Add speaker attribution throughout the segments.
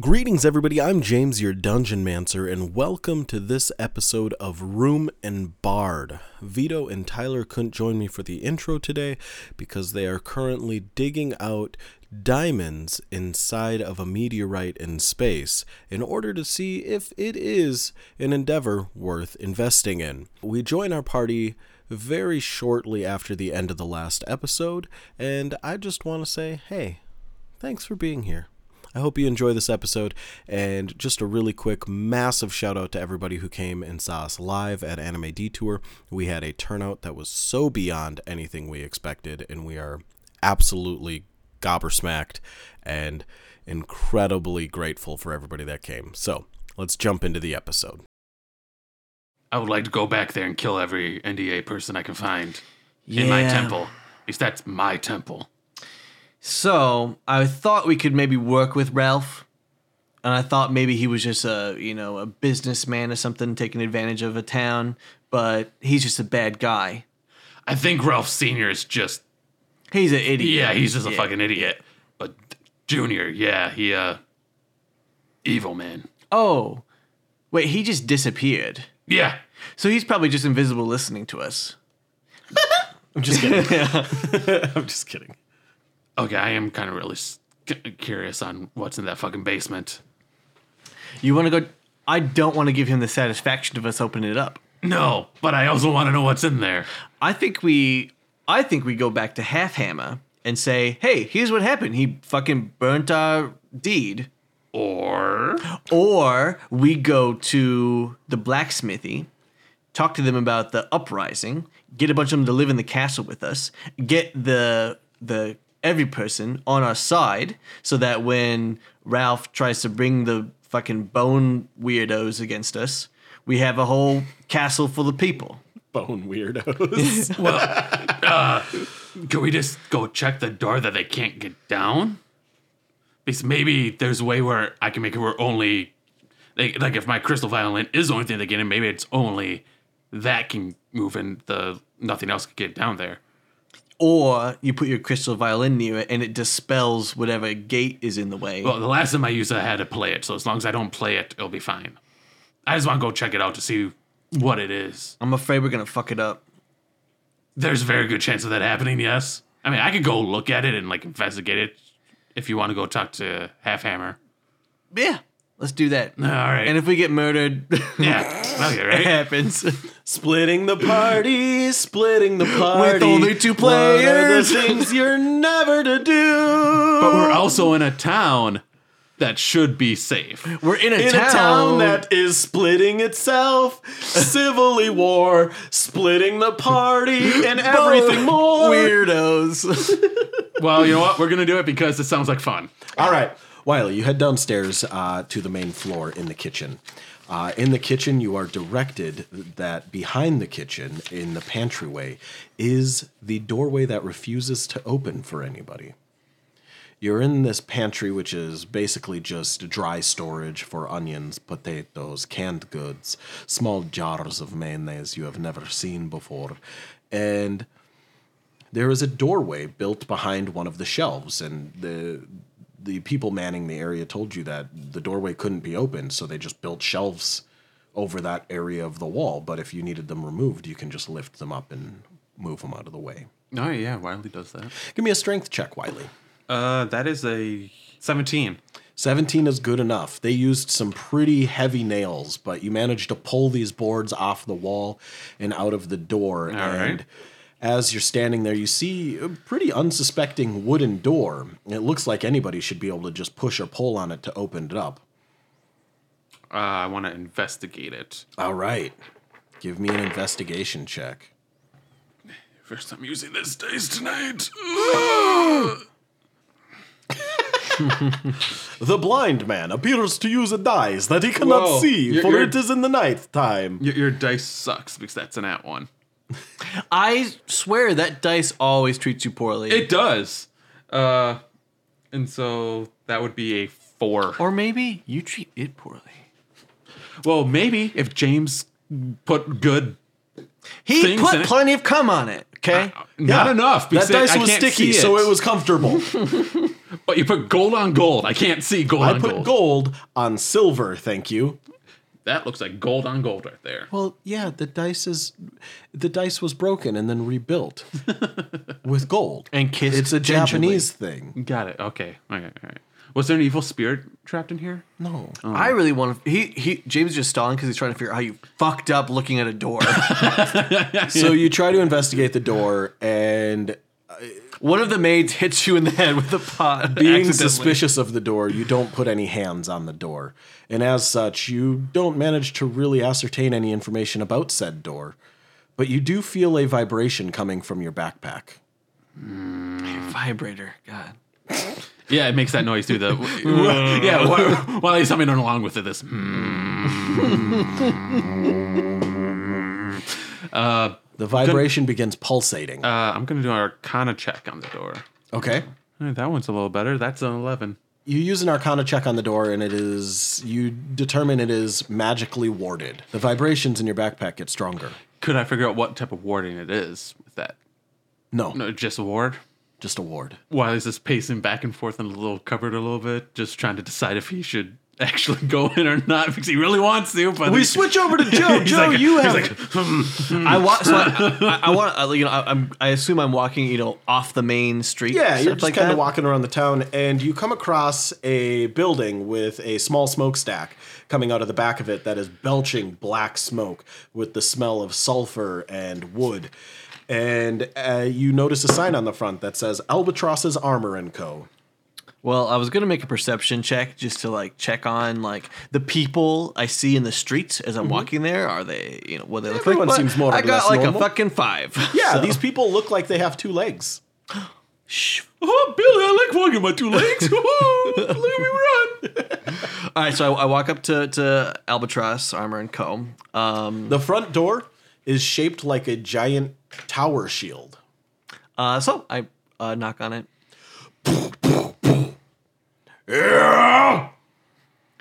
Speaker 1: Greetings, everybody. I'm James, your Dungeon Mancer, and welcome to this episode of Room and Bard. Vito and Tyler couldn't join me for the intro today because they are currently digging out diamonds inside of a meteorite in space in order to see if it is an endeavor worth investing in. We join our party very shortly after the end of the last episode, and I just want to say, hey, thanks for being here. I hope you enjoy this episode. And just a really quick, massive shout out to everybody who came and saw us live at Anime Detour. We had a turnout that was so beyond anything we expected, and we are absolutely gobbersmacked and incredibly grateful for everybody that came. So let's jump into the episode.
Speaker 2: I would like to go back there and kill every NDA person I can find in my
Speaker 3: Yeah.
Speaker 2: temple. At least that's my temple.
Speaker 3: So I thought we could maybe work with Ralph, and I thought maybe he was just a you know a businessman or something taking advantage of a town, but he's just a bad guy.
Speaker 2: I think Ralph Senior is just
Speaker 3: He's an idiot.
Speaker 2: yeah, he's just a
Speaker 3: Yeah.
Speaker 2: fucking idiot. But Junior, yeah, he uh, evil man.
Speaker 3: Oh, wait, he just disappeared.
Speaker 2: Yeah,
Speaker 3: So he's probably just invisible listening to us.
Speaker 1: I'm just kidding. I'm just kidding.
Speaker 2: okay, I am kind of really s- c- curious on what's in that fucking basement.
Speaker 3: You want to go? I don't want to give him the satisfaction of us opening it up.
Speaker 2: No, but I also want to know what's in there.
Speaker 3: I think we I think we go back to Half Hammer and say, "Hey, here's what happened. He fucking burnt our deed."
Speaker 2: Or
Speaker 3: Or we go to the blacksmithy, talk to them about the uprising, get a bunch of them to live in the castle with us, get the the every person on our side so that when Ralph tries to bring the fucking bone weirdos against us, we have a whole castle full of people.
Speaker 1: Bone weirdos.
Speaker 2: can we just go check the door that they can't get down? Because maybe there's a way where I can make it where only, like, like if my crystal violin is the only thing they get in, maybe it's only that can move and the nothing else can get down there.
Speaker 3: or you put your crystal violin near it and it dispels whatever gate is in the way.
Speaker 2: Well, the last time I used it, I had to play it, so as long as I don't play it, it'll be fine. I just want to go check it out to see what it is.
Speaker 3: I'm afraid we're gonna fuck it up.
Speaker 2: There's a very good chance of that happening. Yes, I mean I could go look at it and like investigate it if you want to go talk to Half Hammer.
Speaker 3: Yeah, let's do that.
Speaker 2: All right.
Speaker 3: And if we get murdered, it
Speaker 2: yeah. Okay. Right.
Speaker 3: happens.
Speaker 1: Splitting the party, splitting the party.
Speaker 3: only two
Speaker 1: What are
Speaker 3: players.
Speaker 1: the things you're never to do.
Speaker 2: But we're also in a town that should be safe.
Speaker 3: We're in a
Speaker 1: in
Speaker 3: town.
Speaker 1: a town that is splitting itself, civilly war, splitting the party, and everything more.
Speaker 3: Weirdos.
Speaker 2: Well, you know what? We're gonna do it because it sounds like fun.
Speaker 4: All right, Wiley, you head downstairs uh, to the main floor in the kitchen. Uh, in the kitchen, you are directed that behind the kitchen, in the pantryway, is the doorway that refuses to open for anybody. You're in this pantry, which is basically just dry storage for onions, potatoes, canned goods, small jars of mayonnaise you have never seen before, and there is a doorway built behind one of the shelves, and the the people manning the area told you that the doorway couldn't be opened, so they just built shelves over that area of the wall. But if you needed them removed, you can just lift them up and move them out of the way.
Speaker 2: Oh yeah, Wiley does that.
Speaker 4: Give me a strength check, Wiley.
Speaker 2: Uh, that is a seventeen.
Speaker 4: 17 is good enough. They used some pretty heavy nails, but you managed to pull these boards off the wall and out of the door. and
Speaker 2: right.
Speaker 4: as you're standing there, you see a pretty unsuspecting wooden door. It looks like anybody should be able to just push or pull on it to open it up.
Speaker 2: Uh, I want to investigate it.
Speaker 4: All right. Give me an investigation check.
Speaker 2: First time using this days tonight.
Speaker 4: The blind man appears to use a dice that he cannot
Speaker 2: Whoa.
Speaker 4: see,
Speaker 2: You're-
Speaker 4: for
Speaker 2: you're-
Speaker 4: it is in the night time.
Speaker 2: Your, your dice sucks because that's an at one.
Speaker 3: I swear that dice always treats you poorly.
Speaker 2: It does. Uh, and so that would be a four.
Speaker 3: or maybe you treat it poorly.
Speaker 2: Well, maybe if James put good,
Speaker 3: He
Speaker 2: Things Uh, in
Speaker 3: put
Speaker 2: it.
Speaker 3: plenty of cum on it. Okay.
Speaker 2: not
Speaker 4: That
Speaker 2: enough. because
Speaker 4: dice
Speaker 2: I
Speaker 4: was
Speaker 2: can't
Speaker 4: sticky,
Speaker 2: see
Speaker 4: so it was comfortable.
Speaker 2: But you put gold on gold. I can't see gold
Speaker 4: I
Speaker 2: on
Speaker 4: put
Speaker 2: gold.
Speaker 4: gold on silver, thank you.
Speaker 2: That looks like gold on gold right there.
Speaker 4: Well, yeah, the dice is the dice was broken and then rebuilt with gold.
Speaker 3: And kissed
Speaker 4: It's a
Speaker 3: gingerly.
Speaker 4: Japanese thing.
Speaker 2: Got it. Okay. Okay. All right. Was there an evil spirit trapped in here?
Speaker 4: No.
Speaker 2: Oh.
Speaker 3: I really want to. He he. James is just stalling because he's trying to figure out how you fucked up looking at a door.
Speaker 4: So you try to investigate the door and
Speaker 3: One of the maids hits you in the head with a pot.
Speaker 4: being
Speaker 3: accidentally.
Speaker 4: suspicious of the door, you don't put any hands on the door. And as such, you don't manage to really ascertain any information about said door. But you do feel a vibration coming from your backpack.
Speaker 3: vibrator. God.
Speaker 2: Yeah, it makes that noise too. The yeah. While, while he's humming along with it, this. hmm.
Speaker 4: The vibration begins pulsating.
Speaker 2: Uh, I'm gonna do an Arcana check on the door.
Speaker 4: okay.
Speaker 2: All right, that one's a little better. That's an eleven.
Speaker 4: You use an arcana check on the door and it is you determine it is magically warded. The vibrations in your backpack get stronger.
Speaker 2: Could I figure out what type of warding it is with that?
Speaker 4: No,
Speaker 2: No, just a ward.
Speaker 4: just a ward.
Speaker 2: While he's just pacing back and forth in the little cupboard a little bit, just trying to decide if he should actually go in or not because he really wants to. But
Speaker 4: We switch over to Joe.
Speaker 2: He's
Speaker 4: Joe,
Speaker 2: like-
Speaker 4: you
Speaker 2: he's
Speaker 4: have
Speaker 2: like,
Speaker 3: Mm. I want. So I, I, I want. I, you know, I, I'm. I assume I'm walking. You know, off the main street.
Speaker 4: Yeah,
Speaker 3: stuff
Speaker 4: you're just
Speaker 3: like
Speaker 4: kind
Speaker 3: that.
Speaker 4: of walking around the town, and you come across a building with a small smokestack coming out of the back of it that is belching black smoke with the smell of sulfur and wood. And uh, you notice a sign on the front that says Albatross's Armor and Co.
Speaker 3: Well, I was gonna make a perception check just to like check on like the people I see in the streets as I'm walking there. Are they? You know, what they look
Speaker 4: Mm-hmm. Everyone
Speaker 3: like? But
Speaker 4: seems more or
Speaker 3: I got
Speaker 4: less
Speaker 3: like
Speaker 4: normal.
Speaker 3: a fucking five.
Speaker 4: Yeah, these people look like they have two legs. Uh-huh,
Speaker 2: oh, Billy, I like walking my two legs. Let me run.
Speaker 3: All right, so I, I walk up to, to Albatross Armor and Co. Um,
Speaker 4: The front door is shaped like a giant tower shield.
Speaker 3: uh, so I uh, knock on it.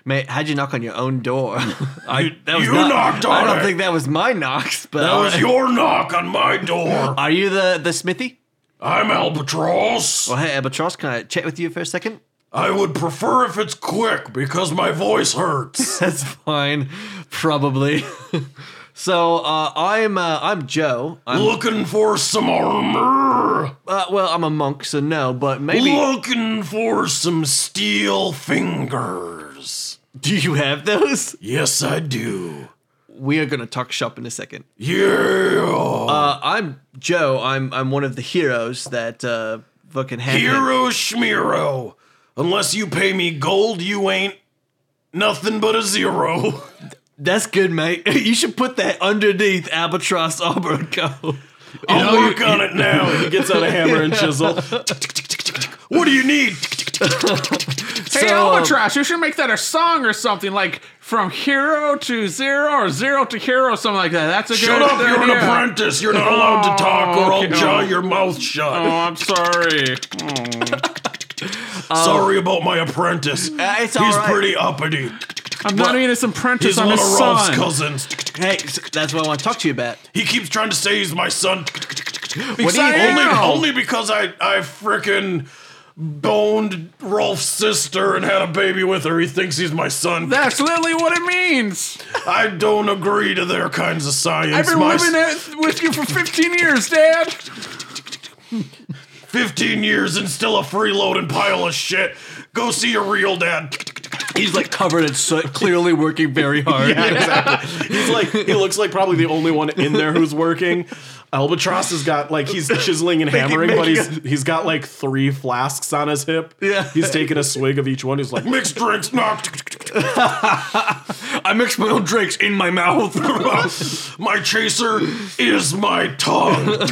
Speaker 3: Mate, how'd you knock on your own door? I, that was
Speaker 4: you knocked on
Speaker 3: I don't
Speaker 4: it.
Speaker 3: think that was my knocks, but all right.
Speaker 4: your knock on my door.
Speaker 3: are you the the Smithy?
Speaker 4: I'm Albatross.
Speaker 3: Well, Oh, hey Albatross, can I chat with you for a second?
Speaker 4: I would prefer if it's quick because my voice hurts.
Speaker 3: That's fine, probably. so uh, I'm uh, I'm Joe. I'm,
Speaker 4: Looking for some armor.
Speaker 3: uh, well, I'm a monk, so no, but maybe.
Speaker 4: Looking for some steel fingers.
Speaker 3: Do you have those?
Speaker 4: Yes, I do.
Speaker 3: We are gonna talk shop in a second.
Speaker 4: Yeah.
Speaker 3: Uh, I'm Joe. I'm I'm one of the heroes that uh, fucking had.
Speaker 4: Hero Schmiro. Unless you pay me gold, you ain't nothing but a zero.
Speaker 3: That's good, mate. you should put that underneath Albatross Arbor and Co.
Speaker 4: I'll work on it now. He gets out a hammer and chisel. What do you need?
Speaker 2: Hey,
Speaker 3: So, um,
Speaker 2: Albatross, you should make that a song or something like from hero to zero or zero to hero, something like that. That's a
Speaker 4: Shut
Speaker 2: good
Speaker 4: up, you're an
Speaker 2: idea.
Speaker 4: apprentice. You're not allowed to talk or I'll
Speaker 2: okay.
Speaker 4: jaw your mouth shut.
Speaker 2: Oh, I'm sorry.
Speaker 4: Sorry about my apprentice.
Speaker 3: Uh, it's
Speaker 4: He's
Speaker 3: alright.
Speaker 4: pretty uppity.
Speaker 2: I'm not even his apprentice.
Speaker 4: He's
Speaker 2: I'm
Speaker 4: one of
Speaker 2: his
Speaker 4: Rolf's
Speaker 2: son.
Speaker 4: cousins.
Speaker 3: Hey, s- that's what I want to talk to you about.
Speaker 4: He keeps trying to say he's my son.
Speaker 2: Because
Speaker 3: do you-
Speaker 2: I
Speaker 4: Only,
Speaker 2: am.
Speaker 4: only because I, I frickin' boned Rolf's sister and had a baby with her. He thinks he's my son.
Speaker 2: That's literally what it means.
Speaker 4: I don't agree to their kinds of science.
Speaker 2: I've been
Speaker 4: my
Speaker 2: living it with you for 15 years, Dad.
Speaker 4: 15 years and still a freeloading pile of shit. Go see your real dad.
Speaker 3: He's like covered in soot, clearly working very hard.
Speaker 4: He's like he looks like probably the only one in there who's working. Albatross has got like he's chiseling and hammering, but he's he's got like three flasks on his hip.
Speaker 3: Yeah.
Speaker 4: he's taking a swig of each one. He's like mixed drinks, knocked.
Speaker 3: I mix my own drinks in my mouth.
Speaker 4: my chaser is my tongue.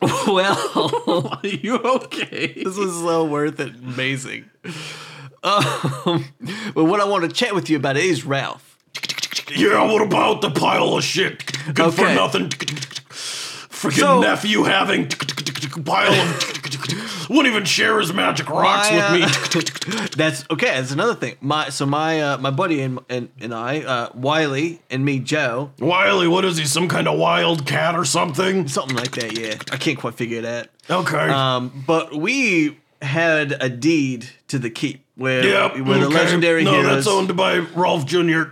Speaker 3: well,
Speaker 2: Are you okay?
Speaker 3: this was so worth it. Amazing. Um, but what I want to chat with you about is Ralph.
Speaker 4: yeah, what about the pile of shit? Good for
Speaker 3: Okay.
Speaker 4: nothing. Freaking
Speaker 3: So-
Speaker 4: nephew having pile of wouldn't even share his magic rocks
Speaker 3: My,
Speaker 1: uh,
Speaker 4: with me.
Speaker 3: That's okay. That's another thing. My so my uh, my buddy and and, and I, uh, Wiley and me, Joe,
Speaker 4: Wiley, what is he? Some kind of wild cat or something?
Speaker 3: something like that. Yeah, I can't quite figure it out.
Speaker 4: Okay.
Speaker 3: Um, but we had a deed to the keep where where the legendary
Speaker 1: no,
Speaker 3: heroes
Speaker 1: that's owned by Rolf Jr.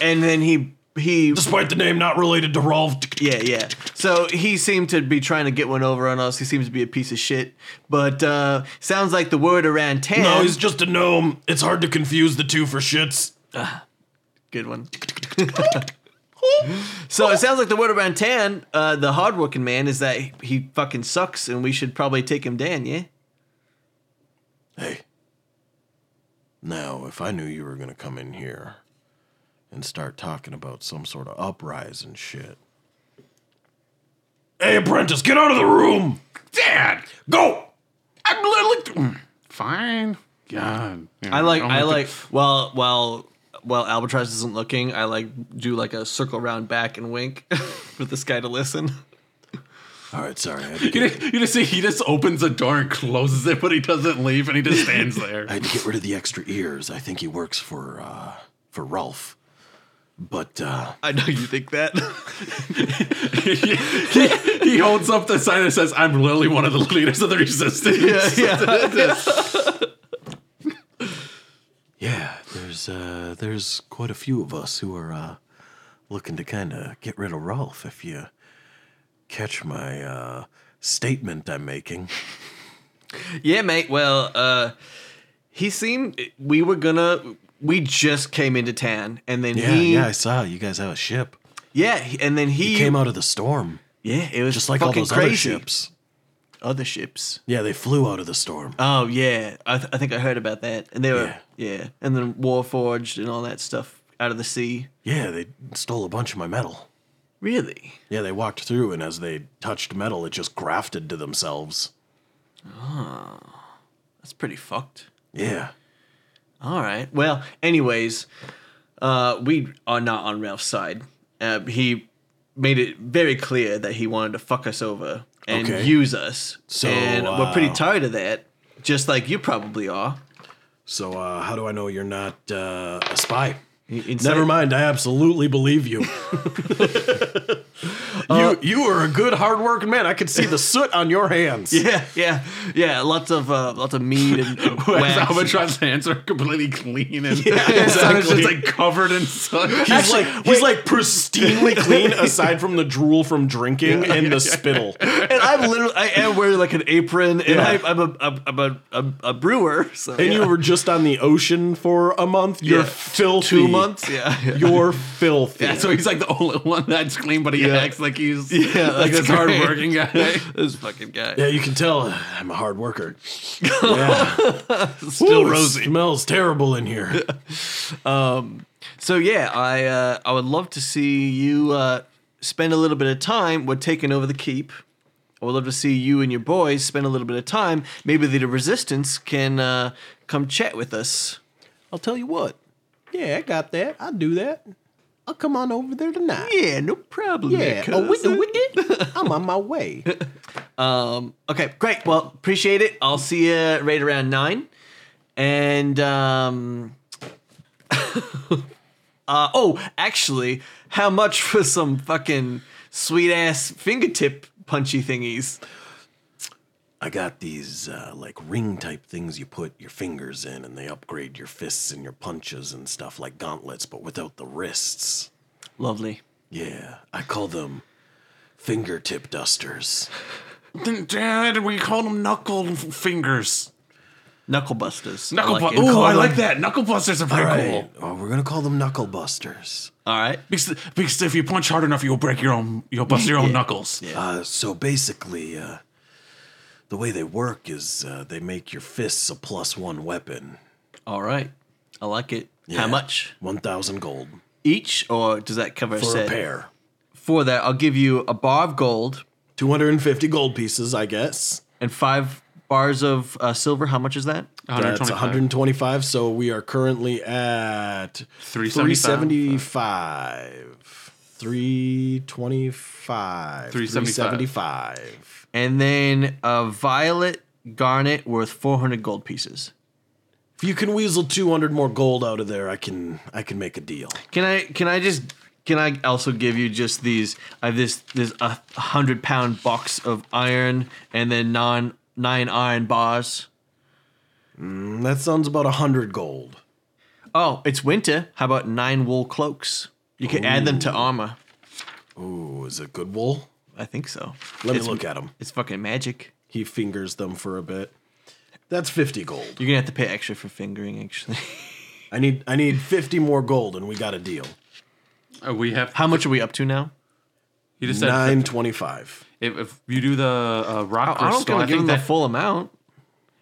Speaker 3: and then he he
Speaker 1: Despite the name not related to Rolf.
Speaker 3: yeah yeah so he seemed to be trying to get one over on us he seems to be a piece of shit but uh sounds like the word around town
Speaker 1: No, he's just a gnome. It's hard to confuse the two for shits.
Speaker 3: Good one. so it sounds like the word around Tan, uh, the hardworking man, is that he fucking sucks and we should probably take him down, yeah?
Speaker 4: Hey. Now, if I knew you were going to come in here and start talking about some sort of uprising shit.
Speaker 1: Hey, apprentice, get out of the room.
Speaker 2: Dad,
Speaker 1: Go.
Speaker 2: I'm literally fine. God,
Speaker 3: I like, I like, while, while, while Albatross isn't looking, I like do like a circle round back and wink for this guy to listen.
Speaker 4: All right, sorry. I had to
Speaker 2: You
Speaker 4: get,
Speaker 2: just, you just see he just opens the door and closes it, but he doesn't leave and he just stands there.
Speaker 4: I had to get rid of the extra ears. I think he works for uh for Rolf. But uh
Speaker 3: I know you think that.
Speaker 2: he holds up the sign that says, I'm literally one of the leaders of the resistance.
Speaker 3: yeah.
Speaker 4: yeah, there's uh there's quite a few of us who are uh looking to kind of get rid of Rolf if you catch my uh statement I'm making.
Speaker 3: Yeah, mate. Well, uh, he seemed, we were gonna, we just came into town and then
Speaker 4: Yeah,
Speaker 3: he,
Speaker 4: yeah, I saw you guys have a ship.
Speaker 3: yeah, he- and then he,
Speaker 4: It came out of the storm,
Speaker 3: Yeah, it was
Speaker 4: just like all
Speaker 3: fucking
Speaker 4: those other
Speaker 3: crazy.
Speaker 4: ships.
Speaker 3: Other ships.
Speaker 4: Yeah, they flew out of the storm.
Speaker 3: Oh yeah, I, th- I think I heard about that. And they were
Speaker 4: Yeah.
Speaker 3: yeah, and then Warforged and all that stuff out of the sea.
Speaker 4: Yeah, they stole a bunch of my metal.
Speaker 3: Really?
Speaker 4: Yeah, they walked through, and as they touched metal, it just grafted to themselves.
Speaker 3: That's pretty fucked.
Speaker 4: Yeah.
Speaker 3: All right. Well, anyways, uh, we are not on Ralph's side. Uh, he made it very clear that he wanted to fuck us over and
Speaker 4: Okay.
Speaker 3: use us.
Speaker 4: So,
Speaker 3: and we're pretty
Speaker 4: uh,
Speaker 3: tired of that, just like you probably are.
Speaker 4: So, uh, how do I know you're not uh, a spy?
Speaker 3: Inside-
Speaker 4: Never mind. I absolutely believe you.
Speaker 3: Uh,
Speaker 4: you you are a good, hardworking man. I could see the soot on your hands.
Speaker 3: Yeah, yeah, yeah. Lots of uh, lots of meat and, and
Speaker 2: Whereas
Speaker 3: wax.
Speaker 2: Albatross' hands are completely clean and
Speaker 3: Yeah,
Speaker 2: his son is just like covered in sun.
Speaker 4: He's like he's like pristinely clean, aside from the drool from drinking and the spittle.
Speaker 3: and I'm literally, I am wearing like an apron, and
Speaker 4: Yeah.
Speaker 3: I, I'm a, I'm, I'm a, I'm a brewer. So
Speaker 4: And you were just on the ocean for a month. You're
Speaker 3: Yeah.
Speaker 4: filthy.
Speaker 3: two months, yeah, yeah.
Speaker 4: You're filthy.
Speaker 2: Yeah, so he's like the only one that's clean, but he acts like he's
Speaker 3: Yeah,
Speaker 2: like this
Speaker 3: that's great.
Speaker 2: hardworking guy.
Speaker 3: this fucking guy.
Speaker 4: Yeah, you can tell uh, I'm a hard worker. Yeah.
Speaker 3: Still
Speaker 4: Ooh, it
Speaker 3: rosy.
Speaker 4: Smells terrible in here.
Speaker 3: So yeah, I, uh, I would love to see you uh, spend a little bit of time. We're taking over the keep. I would love to see you and your boys spend a little bit of time. Maybe the resistance can uh, come chat with us.
Speaker 4: I'll tell you what. Yeah, I got that. I'll do that. I'll come on over there tonight.
Speaker 3: Yeah, no problem. cuz.
Speaker 4: wicked. I'm on my way.
Speaker 3: Um, okay, great. Well, appreciate it. I'll see you right around nine. And um, uh, oh, actually, how much for some fucking sweet ass fingertip punchy thingies?
Speaker 4: I got these uh, like ring type things you put your fingers in, and they upgrade your fists and your punches and stuff like gauntlets, but without the wrists.
Speaker 3: Lovely.
Speaker 4: Yeah, I call them fingertip dusters.
Speaker 2: Then, Dad, we called him knuckle fingers.
Speaker 3: Knuckle busters.
Speaker 2: Knuckle
Speaker 3: like
Speaker 2: like
Speaker 3: it.
Speaker 2: Ooh,
Speaker 3: Call
Speaker 2: I
Speaker 3: them-
Speaker 2: like that. Knuckle busters are pretty
Speaker 4: All
Speaker 2: cool.
Speaker 4: right, well, Oh, we're gonna call them knuckle busters.
Speaker 3: All right.
Speaker 2: Because, because if you punch hard enough, you'll break your own, you'll bust your own knuckles.
Speaker 4: Uh, so basically, uh, the way they work is uh, they make your fists a plus one weapon.
Speaker 3: All right. I like it.
Speaker 4: Yeah.
Speaker 3: How much
Speaker 4: 1,000 gold
Speaker 3: each, or does that cover
Speaker 4: for
Speaker 3: a set?
Speaker 4: a pair.
Speaker 3: For that, I'll give you a bar of gold
Speaker 4: 250 gold pieces, I guess.
Speaker 3: and five bars of uh, silver. How much is that?
Speaker 4: That's 125. So we are currently at 375. 325.
Speaker 2: 375.
Speaker 4: 375.
Speaker 3: and then a violet garnet worth 400 gold pieces.
Speaker 4: If you can weasel 200 more gold out of there, I can I can make a deal.
Speaker 3: Can I can I just can I also give you just these I have this this a hundred pound box of iron and then non nine iron bars.
Speaker 4: Mm, that sounds about a hundred gold.
Speaker 3: Oh, it's winter. How about nine wool cloaks? You can add them to armor.
Speaker 4: Ooh, is it good wool?
Speaker 3: I think so.
Speaker 4: Let
Speaker 3: It's-
Speaker 4: me look at them.
Speaker 3: It's fucking magic.
Speaker 4: He fingers them for a bit. That's fifty gold.
Speaker 3: You're gonna have to pay extra for fingering, actually.
Speaker 4: I need I need fifty more gold, and we got a deal.
Speaker 5: Uh, we have.
Speaker 3: How much are we up to now?
Speaker 5: You just said
Speaker 4: Nine twenty-five.
Speaker 5: if, if you do the uh, rock
Speaker 3: I don't
Speaker 5: crystal, I
Speaker 3: give
Speaker 5: think
Speaker 3: them
Speaker 5: that
Speaker 3: the full amount.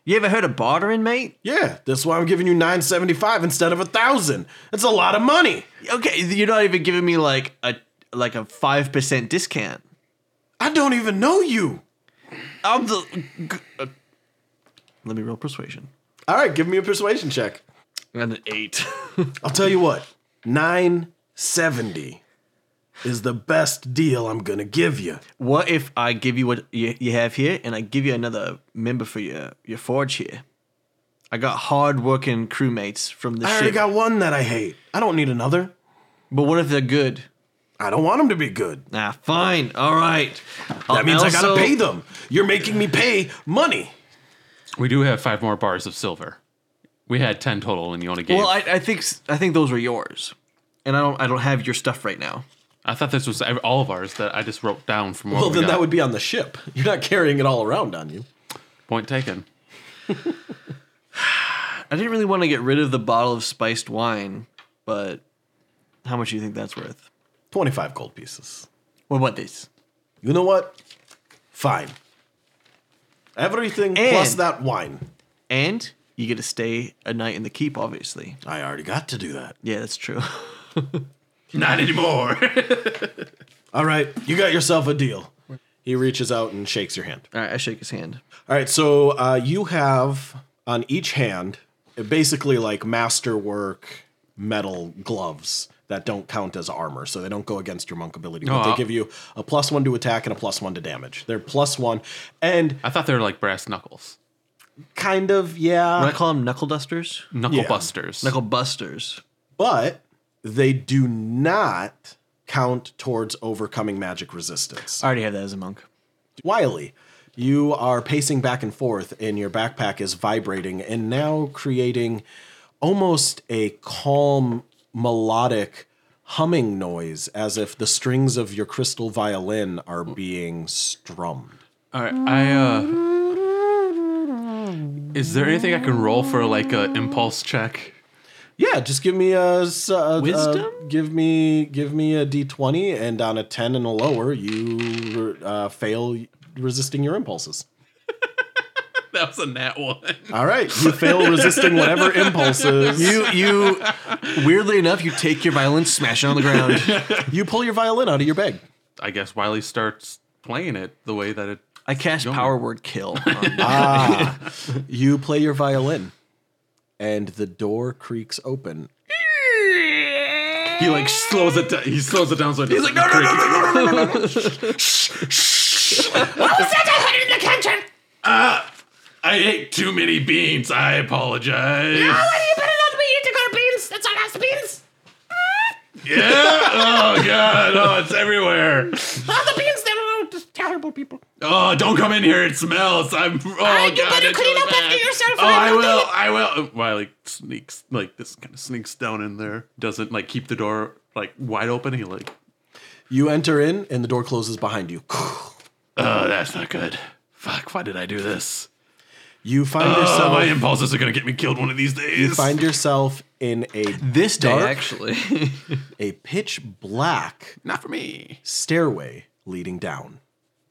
Speaker 3: You ever heard of bartering, mate?
Speaker 4: Yeah, that's why I'm giving you nine seventy-five instead of a thousand. That's a lot of money.
Speaker 3: Okay, you're not even giving me like a like a five percent discount.
Speaker 4: I don't even know you.
Speaker 3: I'm the. g- uh, let me roll persuasion.
Speaker 4: All right, give me a persuasion check.
Speaker 3: And an eight.
Speaker 4: I'll tell you what, 970 is the best deal I'm gonna give you.
Speaker 3: what if I give you what you, you have here, and I give you another member for your your forge here? I got hard-working crewmates from the
Speaker 4: I already
Speaker 3: ship.
Speaker 4: got one that I hate. I don't need another.
Speaker 3: but what if they're good?
Speaker 4: I don't want them to be good.
Speaker 3: Ah, fine. All right. Uh,
Speaker 4: That means I gotta pay them. You're making me pay money.
Speaker 5: we do have five more bars of silver. We had ten total, and you only gave.
Speaker 3: Well, I, I think s- I think those were yours, and I don't I don't have your stuff right now.
Speaker 5: I thought this was ev- all of ours that I just wrote down from what
Speaker 4: Well,
Speaker 5: we
Speaker 4: then
Speaker 5: got.
Speaker 4: that would be on the ship. You're not carrying it all around on you.
Speaker 5: Point taken.
Speaker 3: I didn't really want to get rid of the bottle of spiced wine, but how much do you think that's worth?
Speaker 4: 25 gold pieces.
Speaker 3: What about this?
Speaker 4: You know what? Fine. Everything plus
Speaker 3: And-
Speaker 4: that wine.
Speaker 3: And you get to stay a night in the keep, obviously.
Speaker 4: I already got to do that.
Speaker 3: Yeah, that's true.
Speaker 5: Not anymore.
Speaker 4: All right, you got yourself a deal. He reaches out and shakes your hand.
Speaker 3: All right, I shake his hand.
Speaker 4: All right, so uh, you have on each hand uh, basically like masterwork metal gloves that don't count as armor, so they don't go against your monk ability. But
Speaker 5: Oh,
Speaker 4: they
Speaker 5: I-
Speaker 4: give you a plus one to attack and a plus one to damage. They're plus one, and
Speaker 5: I thought they were like brass knuckles,
Speaker 4: kind of yeah,
Speaker 3: What I call them knuckle dusters?
Speaker 5: knuckle
Speaker 4: Yeah.
Speaker 5: busters.
Speaker 3: Knuckle busters.
Speaker 4: but they do not count towards overcoming magic resistance.
Speaker 3: I already have that as a monk.
Speaker 4: Wiley, you are pacing back and forth, and your backpack is vibrating and now creating almost a calm, melodic humming noise as if the strings of your crystal violin are being strummed.
Speaker 5: All right, I uh Is there anything I can roll for like a impulse check?
Speaker 4: Yeah, just give me a s- uh, uh,
Speaker 3: Wisdom?
Speaker 4: give me give me a d20, and on a 10 and a lower, you uh, fail resisting your impulses.
Speaker 5: That was a nat one.
Speaker 4: All right, you fail resisting whatever impulses.
Speaker 3: You, you, weirdly enough, you take your violin, smash it on the ground.
Speaker 4: you pull your violin out of your bag.
Speaker 5: I guess Wiley starts playing it the way that it
Speaker 3: I cast power word kill. on-
Speaker 4: You play your violin, and the door creaks open.
Speaker 6: Oh,
Speaker 5: he like slows it down. He slows it down so it he's like no no no no no no no. I ate too many beans. I apologize.
Speaker 6: Oh, You better not be eating our beans. That's our last beans.
Speaker 5: Yeah. Oh god. Oh, it's everywhere.
Speaker 6: All the beans, they're all just terrible people.
Speaker 5: Oh, don't come in here. It smells. I'm. Oh, God,
Speaker 6: Uh, you better
Speaker 5: it's
Speaker 6: clean
Speaker 5: really
Speaker 6: up after
Speaker 5: bad.
Speaker 6: yourself,
Speaker 5: Oh,
Speaker 6: or I
Speaker 5: I
Speaker 6: will
Speaker 5: will. I will. Uh, Wiley sneaks like this, kind of sneaks down in there. Doesn't like keep the door like wide open. He like,
Speaker 4: You enter in, and the door closes behind you.
Speaker 5: oh, that's not good. Fuck. Why did I do this?
Speaker 4: You find
Speaker 5: Oh, my
Speaker 4: yourself
Speaker 5: impulses are gonna get me killed one of these days.
Speaker 4: you find yourself in a
Speaker 3: this day,
Speaker 4: Dark?
Speaker 3: actually.
Speaker 4: a pitch black
Speaker 5: not for me.
Speaker 4: stairway leading down.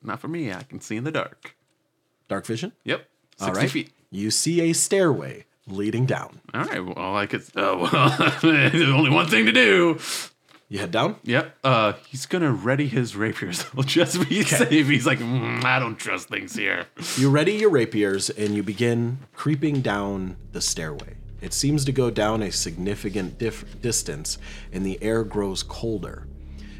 Speaker 5: Not for me. I can see in the dark.
Speaker 4: Dark vision.
Speaker 5: Yep. Sixty
Speaker 4: All right.
Speaker 5: feet.
Speaker 4: You see a stairway leading down.
Speaker 5: All right. Well, I could. Oh well. there's only one thing to do.
Speaker 4: You head down.
Speaker 5: Yep. Uh, he's gonna ready his rapiers just be safe. He's like, "Mm, I don't trust things here.
Speaker 4: You ready your rapiers and you begin creeping down the stairway. It seems to go down a significant dif- distance and the air grows colder.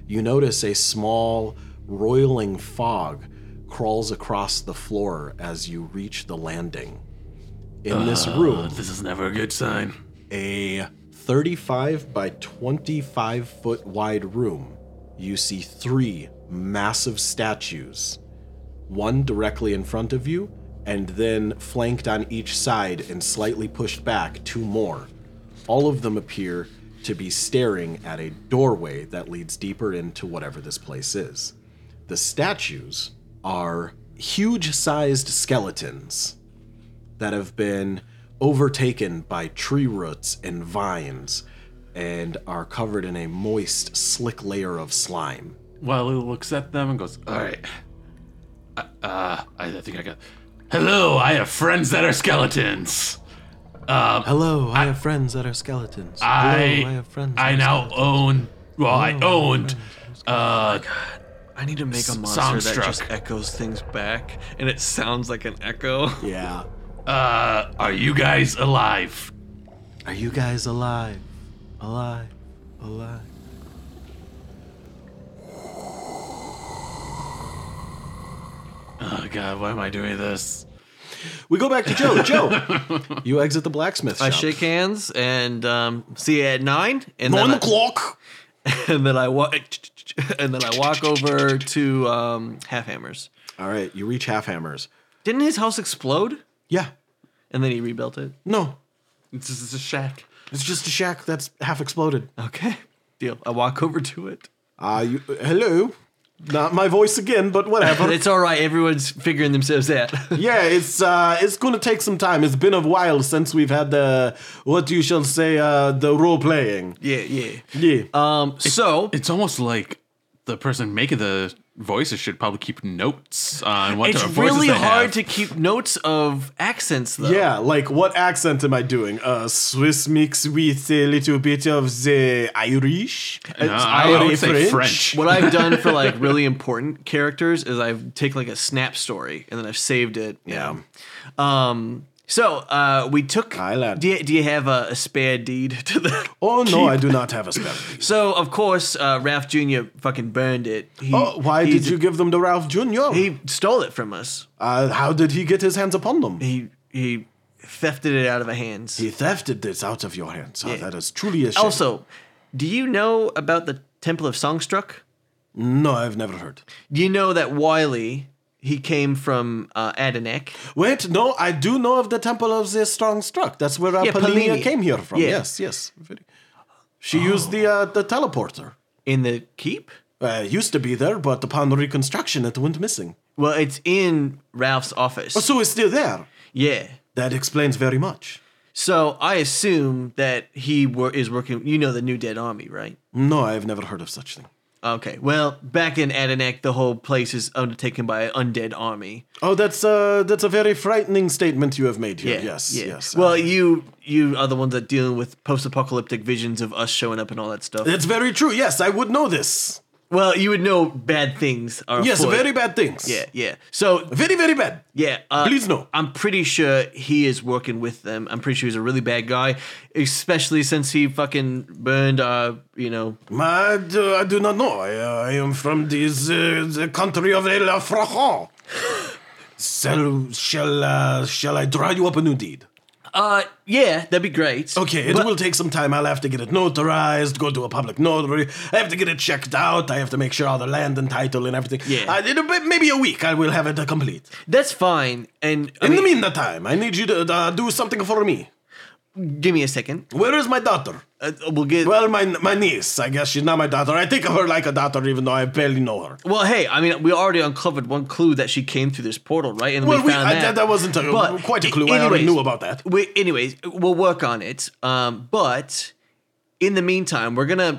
Speaker 4: You notice a small, roiling fog crawls across the floor as you reach the landing. In this room,
Speaker 5: This is never a good sign.
Speaker 4: a 35 by 25 foot wide room, you see three massive statues. One directly in front of you, and then flanked on each side and slightly pushed back, two more. All of them appear to be staring at a doorway that leads deeper into whatever this place is. The statues are huge sized skeletons that have been overtaken by tree roots and vines and are covered in a moist, slick layer of slime.
Speaker 2: Wiley looks at them and goes, "All right, uh, I I think I got. Hello, I have friends that are skeletons.
Speaker 4: Hello, I, have friends that are skeletons.
Speaker 2: I
Speaker 4: Hello, I have friends. that
Speaker 2: I
Speaker 4: are
Speaker 2: now
Speaker 4: skeletons.
Speaker 2: own. Well, I owned. Uh,
Speaker 3: I need to make a
Speaker 2: S-
Speaker 3: monster that just
Speaker 2: Songstruck.
Speaker 3: echoes things back, and it sounds like an echo.
Speaker 4: Yeah.
Speaker 2: uh, are you guys alive?
Speaker 4: Are you guys uh, alive? Alive. Alive.
Speaker 2: Oh God, why am I doing this?
Speaker 4: We go back to Joe. Joe, you exit the blacksmith shop.
Speaker 3: I shake hands and um, see you at nine, and
Speaker 4: Nine
Speaker 3: then I,
Speaker 4: o'clock.
Speaker 3: and then I walk and then I walk over to um, Half Hammers.
Speaker 4: All right, you reach half hammers.
Speaker 3: Didn't his house explode?
Speaker 4: Yeah.
Speaker 3: And then he rebuilt it.
Speaker 4: No,
Speaker 2: This is a shack.
Speaker 4: it's just a shack that's half exploded.
Speaker 3: Okay, deal. I walk over to it.
Speaker 4: Uh, you, hello. Not my voice again, but whatever.
Speaker 3: It's all right. Everyone's figuring themselves out.
Speaker 4: yeah, it's uh, it's gonna take some time. It's been a while since we've had the what you shall say uh, the role playing.
Speaker 3: yeah, yeah.
Speaker 4: Yeah.
Speaker 3: Um. so
Speaker 2: It's almost like the person making the voices should probably keep notes on what
Speaker 3: it's
Speaker 2: type of voices
Speaker 3: really
Speaker 2: they
Speaker 3: hard
Speaker 2: have.
Speaker 3: to keep notes of accents, though.
Speaker 4: yeah, like what accent am I doing? Uh, Swiss mix with a little bit of the Irish.
Speaker 3: Uh,
Speaker 2: No, I, I
Speaker 4: already
Speaker 2: would say
Speaker 4: French.
Speaker 2: French.
Speaker 3: What I've done for like really important characters is I've take like a snap story and then I've saved it. Yeah. Um. So uh, we took.
Speaker 4: Thailand.
Speaker 3: Do you, do you have a, a spare deed to the?
Speaker 4: Oh no, I do not have a spell.
Speaker 3: So of course, uh, Ralph Jr. fucking burned it. He,
Speaker 4: oh, why
Speaker 3: he's-
Speaker 4: did you give them to Ralph Junior?
Speaker 3: He stole it from us.
Speaker 4: uh, how did he get his hands upon them?
Speaker 3: He he thefted it out of our hands.
Speaker 4: He thefted this out of your hands. Oh,
Speaker 3: Yeah.
Speaker 4: that is truly a shame.
Speaker 3: also, do you know about the Temple of Songstruck?
Speaker 4: no, I've never heard.
Speaker 3: Do you know that Wiley he came from uh, Adenek?
Speaker 4: Wait, no, I do know of the Temple of the Strong Struck. That's where uh,
Speaker 3: Yeah,
Speaker 4: Polina
Speaker 3: Polina.
Speaker 4: came here from.
Speaker 3: Yeah. Oh.
Speaker 4: Yes, yes. Very- She used the uh, the teleporter.
Speaker 3: in the keep?
Speaker 4: Uh, used to be there, but upon reconstruction, it went missing. Oh,
Speaker 3: Well, it's in Ralph's office.
Speaker 4: So it's still there.
Speaker 3: yeah.
Speaker 4: That explains very much.
Speaker 3: So I assume that he wor- is working. You know the New Dead Army, right?
Speaker 4: No, I have never heard of such thing.
Speaker 3: Okay. Well, back in Adenek, the whole place is undertaken by an undead army.
Speaker 4: Oh, that's uh, that's a very frightening statement you have made here.
Speaker 3: Yeah,
Speaker 4: yes,
Speaker 3: yeah.
Speaker 4: yes.
Speaker 3: Well,
Speaker 4: uh,
Speaker 3: you you are the ones that dealing with post-apocalyptic visions of us showing up and all that stuff.
Speaker 4: that's very true. Yes, I would know this.
Speaker 3: well, you would know bad things are.
Speaker 4: Yes,
Speaker 3: afoot.
Speaker 4: very bad things.
Speaker 3: Yeah, yeah. So
Speaker 4: Very, very bad.
Speaker 3: Yeah, uh,
Speaker 4: Please no.
Speaker 3: I'm pretty sure he is working with them. I'm pretty sure he's a really bad guy, especially since he fucking burned. Uh, you know,
Speaker 4: I do, I do not know. I, uh, I am from this, uh, the country of El Fragon. shall, shall, uh, shall I draw you up a new deed?
Speaker 3: uh, yeah, that'd be great.
Speaker 4: Okay, it
Speaker 3: But-
Speaker 4: will take some time. I'll have to get it notarized, go to a public notary. I have to get it checked out. I have to make sure all the land and title and everything.
Speaker 3: Yeah.
Speaker 4: Uh, it'll be maybe a week. I will have it uh, complete.
Speaker 3: that's fine. And I
Speaker 4: In the
Speaker 3: mean,
Speaker 4: meantime, I need you to uh, do something for me.
Speaker 3: give me a second.
Speaker 4: Where is my daughter?
Speaker 3: Uh, we'll get. Well,
Speaker 4: Well, my my niece. I guess she's not my daughter. I think of her like a daughter, even though I barely know her.
Speaker 3: hey, I mean, we already uncovered one clue that she came through this portal, right? And
Speaker 4: Well,
Speaker 3: we
Speaker 4: we,
Speaker 3: found
Speaker 4: I,
Speaker 3: that.
Speaker 4: that, that wasn't a,
Speaker 3: But
Speaker 4: quite a
Speaker 3: a-
Speaker 4: clue. I already
Speaker 3: anyways-
Speaker 4: knew about that.
Speaker 3: we anyways we'll work on it um but in the meantime we're gonna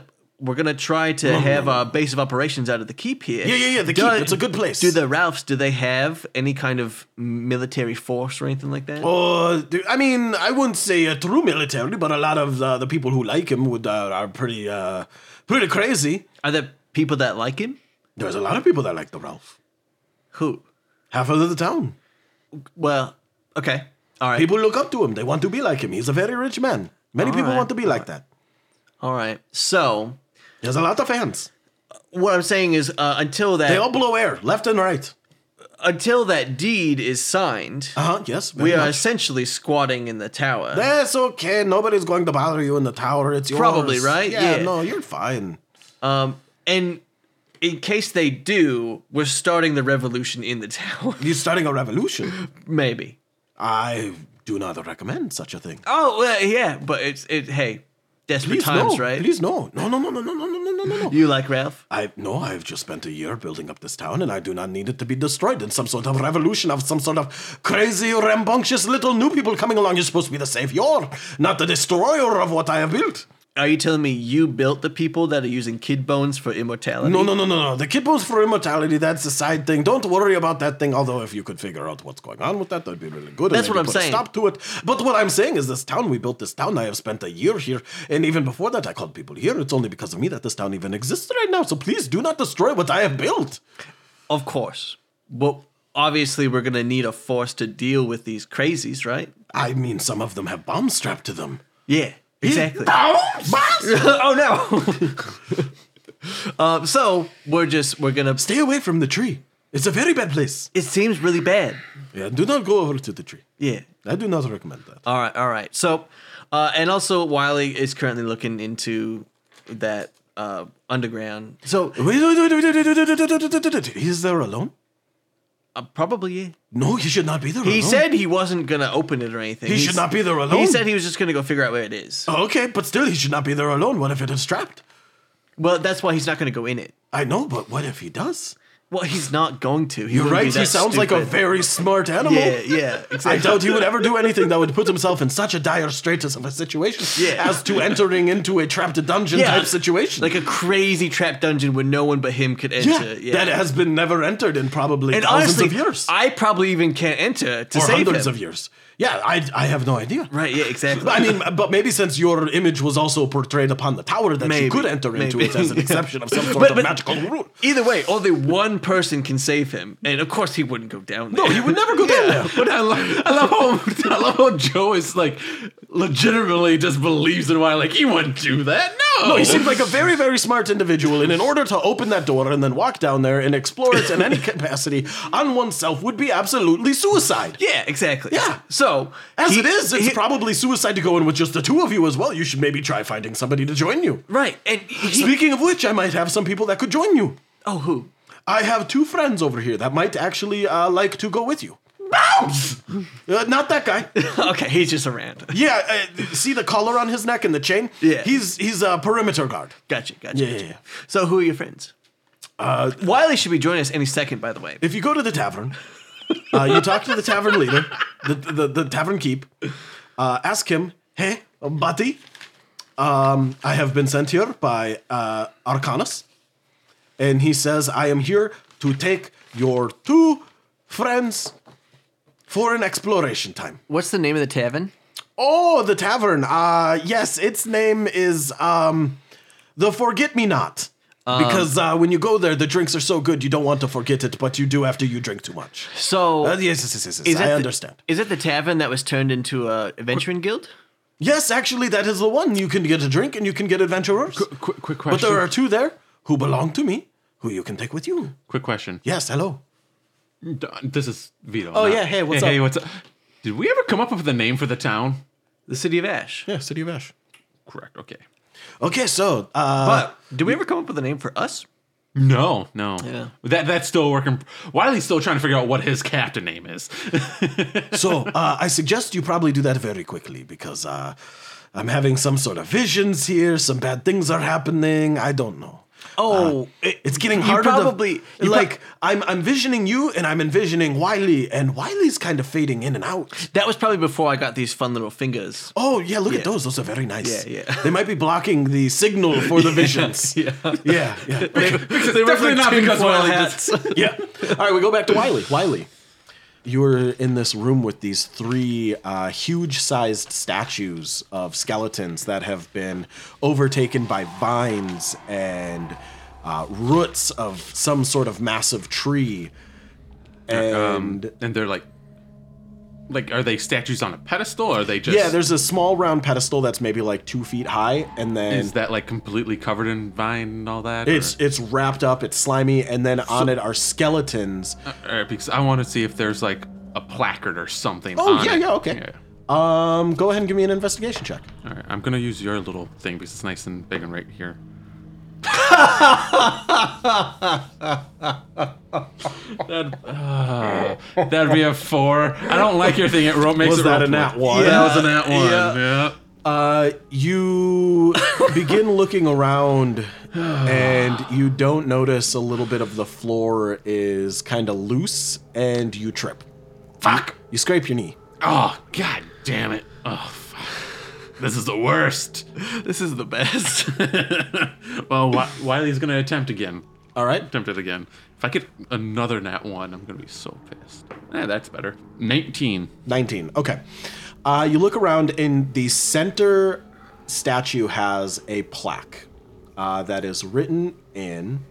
Speaker 3: we're gonna try to have our base of operations out of the keep here
Speaker 4: Mm-hmm. Yeah, yeah, yeah, the keep, it's a good place.
Speaker 3: do the ralphs do they have any kind of military force or anything like that
Speaker 4: Uh, do- I mean, I wouldn't say a true military, but a lot of uh, the people who like him would uh, are pretty uh, pretty crazy.
Speaker 3: are there people that like him
Speaker 4: There's a lot of people that like the Ralph.
Speaker 3: who
Speaker 4: Half of the town.
Speaker 3: well okay all right
Speaker 4: People look up to him. They want to be like him. He's a very rich man. Many people
Speaker 3: right,
Speaker 4: want to be like that.
Speaker 3: all right so
Speaker 4: There's a lot of fans.
Speaker 3: what i'm saying is uh, until that
Speaker 4: They all blow air, left and right.
Speaker 3: until that deed is signed
Speaker 4: Uh huh. Yes. very
Speaker 3: we are
Speaker 4: much.
Speaker 3: essentially squatting in the tower
Speaker 4: That's okay. Nobody's going to bother you in the tower. It's yours.
Speaker 3: Probably, right?
Speaker 4: Yeah,
Speaker 3: Yeah.
Speaker 4: No, you're fine.
Speaker 3: Um, and in case they do, we're starting the revolution in the town.
Speaker 4: You're starting a revolution.
Speaker 3: Maybe.
Speaker 4: I do not recommend such a thing.
Speaker 3: Oh well, yeah, but it's it. Hey, desperate
Speaker 4: Please
Speaker 3: times,
Speaker 4: no.
Speaker 3: right?
Speaker 4: Please no. No, no, no, no, no, no, no, no, no, no.
Speaker 3: You like Ralph?
Speaker 4: I no, I've just spent a year building up this town, and I do not need it to be destroyed in some sort of revolution of some sort of crazy, rambunctious little new people coming along. You're supposed to be the savior, not the destroyer of what I have built.
Speaker 3: Are you telling me you built the people that are using kid bones for immortality?
Speaker 4: No, no, no, no, no. The kippos for immortality, that's a side thing. Don't worry about that thing, although if you could figure out what's going on with that, that'd be really good. and
Speaker 3: That's what
Speaker 4: maybe
Speaker 3: I'm
Speaker 4: put a
Speaker 3: saying.
Speaker 4: Stop to it. But what I'm saying is this town, we built this town. I have spent a year here. And even before that, I called people here. It's only because of me that this town even exists right now. So please do not destroy what I have built.
Speaker 3: Of course. But obviously, we're going to need a force to deal with these crazies, right?
Speaker 4: I mean, some of them have bombs strapped to them.
Speaker 3: Yeah, exactly.
Speaker 4: Bombs?
Speaker 3: oh no. um, so we're just we're gonna.
Speaker 4: Stay away from the tree. It's a very bad place.
Speaker 3: It seems really bad.
Speaker 4: Yeah, do not go over to the tree.
Speaker 3: Yeah.
Speaker 4: I do not recommend that.
Speaker 3: All right. All right. So, uh, and also Wiley is currently looking into that uh, underground. So
Speaker 4: Wait, wait, wait, wait, wait, wait, wait, wait, wait, wait, wait. Is there alone?
Speaker 3: uh, probably yeah.
Speaker 4: No, he should not be there.
Speaker 3: He
Speaker 4: alone.
Speaker 3: said he wasn't gonna open it or anything.
Speaker 4: Uh-huh. He
Speaker 3: He's-
Speaker 4: should not be there alone.
Speaker 3: He said he was just gonna go figure out where it is.
Speaker 4: Okay, but still, he should not be there alone. What if it is trapped?
Speaker 3: Well, that's why he's not gonna go in it.
Speaker 4: I know, but what if he does?
Speaker 3: Well, he's not going to. He
Speaker 4: You're
Speaker 3: wouldn't be
Speaker 4: right. He
Speaker 3: that
Speaker 4: sounds like a
Speaker 3: stupid.
Speaker 4: very smart animal.
Speaker 3: yeah, yeah.
Speaker 4: I
Speaker 3: Exactly.
Speaker 4: doubt he would ever do anything that would put himself in such a dire straits of a situation
Speaker 3: Yeah.
Speaker 4: as to entering into a trapped dungeon
Speaker 3: Yeah.
Speaker 4: type situation.
Speaker 3: Like a crazy trap dungeon where no one but him could
Speaker 4: yeah,
Speaker 3: enter. Yeah,
Speaker 4: that has been never entered in probably
Speaker 3: and
Speaker 4: thousands
Speaker 3: honestly,
Speaker 4: of years
Speaker 3: I probably even can't enter to
Speaker 4: or
Speaker 3: save
Speaker 4: hundreds
Speaker 3: him.
Speaker 4: of years. Yeah, I, I have no idea.
Speaker 3: Right? Yeah, exactly.
Speaker 4: I mean, but maybe since your image was also portrayed upon the tower, that
Speaker 3: Maybe,
Speaker 4: you could enter into
Speaker 3: maybe.
Speaker 4: it as an exception of some sort
Speaker 3: But-
Speaker 4: of
Speaker 3: but-
Speaker 4: magical rule.
Speaker 3: Either way, only one person can save him, and of course he wouldn't go down there.
Speaker 4: No, he would never go down there.
Speaker 2: But I, lo- I love how I love how Joe is like legitimately just believes in why like he wouldn't do that. No,
Speaker 4: No, he seemed like a very, very smart individual, and in order to open that door and then walk down there and explore it in any capacity on oneself would be absolutely suicide.
Speaker 3: yeah, exactly.
Speaker 4: Yeah.
Speaker 3: So
Speaker 4: As
Speaker 3: he-
Speaker 4: it is, it's
Speaker 3: he-
Speaker 4: probably suicide to go in with just the two of you as well. You should maybe try finding somebody to join you.
Speaker 3: right. And he,
Speaker 4: Speaking of which, I might have some people that could join you.
Speaker 3: oh, who?
Speaker 4: I have two friends over here that might actually uh, like to go with you. Bounce! Uh, not that guy.
Speaker 3: okay, he's just around.
Speaker 4: Yeah, uh, see the collar on his neck and the chain?
Speaker 3: Yeah.
Speaker 4: He's he's a perimeter guard.
Speaker 3: Gotcha. Gotcha.
Speaker 4: Yeah,
Speaker 3: gotcha.
Speaker 4: yeah, yeah.
Speaker 3: So who are your friends? Uh, Wiley should be joining us any second, by the way.
Speaker 4: if you go to the tavern, uh, you talk to the tavern leader, the the, the tavern keep, uh, ask him, hey, buddy, um, I have been sent here by uh, Arcanus, and he says I am here to take your two friends for an exploration time.
Speaker 3: What's the name of the tavern?
Speaker 4: Oh, the tavern. Uh yes, its name is um the Forget Me Not. Because uh, when you go there, the drinks are so good you don't want to forget it, but you do after you drink too much.
Speaker 3: So
Speaker 4: Uh, yes, yes, yes, yes. yes.
Speaker 3: Is that
Speaker 4: I
Speaker 3: the-
Speaker 4: understand.
Speaker 3: Is it the tavern that was turned into a adventuring guild?
Speaker 4: Yes, actually, that is the one. You can get a drink and you can get adventurers.
Speaker 2: quick,
Speaker 4: but
Speaker 2: quick question.
Speaker 4: there are two there who belong to me, who you can take with you.
Speaker 2: quick question.
Speaker 4: Yes, hello.
Speaker 2: D- This is Vito.
Speaker 4: Oh, yeah, hey, what's
Speaker 2: Hey,
Speaker 4: up?
Speaker 2: what's up? Did we ever come up with the name for the town?
Speaker 3: The City of Ash.
Speaker 2: Uh,
Speaker 4: Yeah, City of Ash.
Speaker 2: Correct. Okay.
Speaker 4: Okay, so uh,
Speaker 3: But did we ever come up with a name for us?
Speaker 2: No, no.
Speaker 3: Yeah.
Speaker 2: That that's still working. Wiley's still trying to figure out what his captain name is.
Speaker 4: so uh, I suggest you probably do that very quickly because uh, I'm having some sort of visions here. Some bad things are happening. I don't know.
Speaker 2: Uh,
Speaker 3: Oh,
Speaker 4: It's getting
Speaker 3: you
Speaker 4: harder.
Speaker 3: Probably
Speaker 4: to,
Speaker 3: you
Speaker 4: like
Speaker 3: prob-
Speaker 4: I'm. I'm envisioning you, and I'm envisioning Wiley, and Wiley's kind of fading in and out.
Speaker 3: that was probably before I got these fun little fingers.
Speaker 4: Oh yeah, look at those. Those are very nice.
Speaker 3: Yeah, yeah.
Speaker 4: They might be blocking the signal for the visions. Yeah, yeah, yeah.
Speaker 2: They were like tinfoil hats.
Speaker 3: hats.
Speaker 4: yeah. All right, we go back to Wiley. Wiley. You were in this room with these three uh, huge sized statues of skeletons that have been overtaken by vines and uh, roots of some sort of massive tree.
Speaker 2: Uh, um,
Speaker 4: And
Speaker 2: and they're like, like, are they statues on a pedestal? Or are they just?
Speaker 4: yeah, there's a small round pedestal that's maybe like two feet high, and then
Speaker 2: Is that like completely covered in vine and all that?
Speaker 4: it's it's wrapped up, it's slimy, and then on it are skeletons.
Speaker 2: or, or- because I want to see if there's like a placard or something.
Speaker 4: Oh,
Speaker 2: on
Speaker 4: yeah,
Speaker 2: it.
Speaker 4: yeah, okay. Um, go ahead and give me an investigation check.
Speaker 2: All right, I'm gonna use your little thing because it's nice and big and right here. Ah, That'd be a four. I don't like your thing. It ro- makes
Speaker 4: Was
Speaker 2: it
Speaker 4: that
Speaker 2: roll
Speaker 4: a nat
Speaker 2: poor.
Speaker 4: one?
Speaker 2: That was a nat one.
Speaker 4: Yeah.
Speaker 2: Yeah.
Speaker 4: Uh, you begin looking around and you don't notice a little bit of the floor is kind of loose and you trip.
Speaker 2: Fuck.
Speaker 4: You scrape your knee.
Speaker 2: Oh god damn it. Oh fuck. This is the worst.
Speaker 3: This is the best.
Speaker 2: well, Wi- Wiley's gonna attempt again.
Speaker 4: All right.
Speaker 2: Attempt it again. If I get another nat one, I'm gonna be so pissed. Eh, that's better. Nineteen.
Speaker 4: 19. Okay. Uh, you look around, and the center statue has a plaque uh, that is written in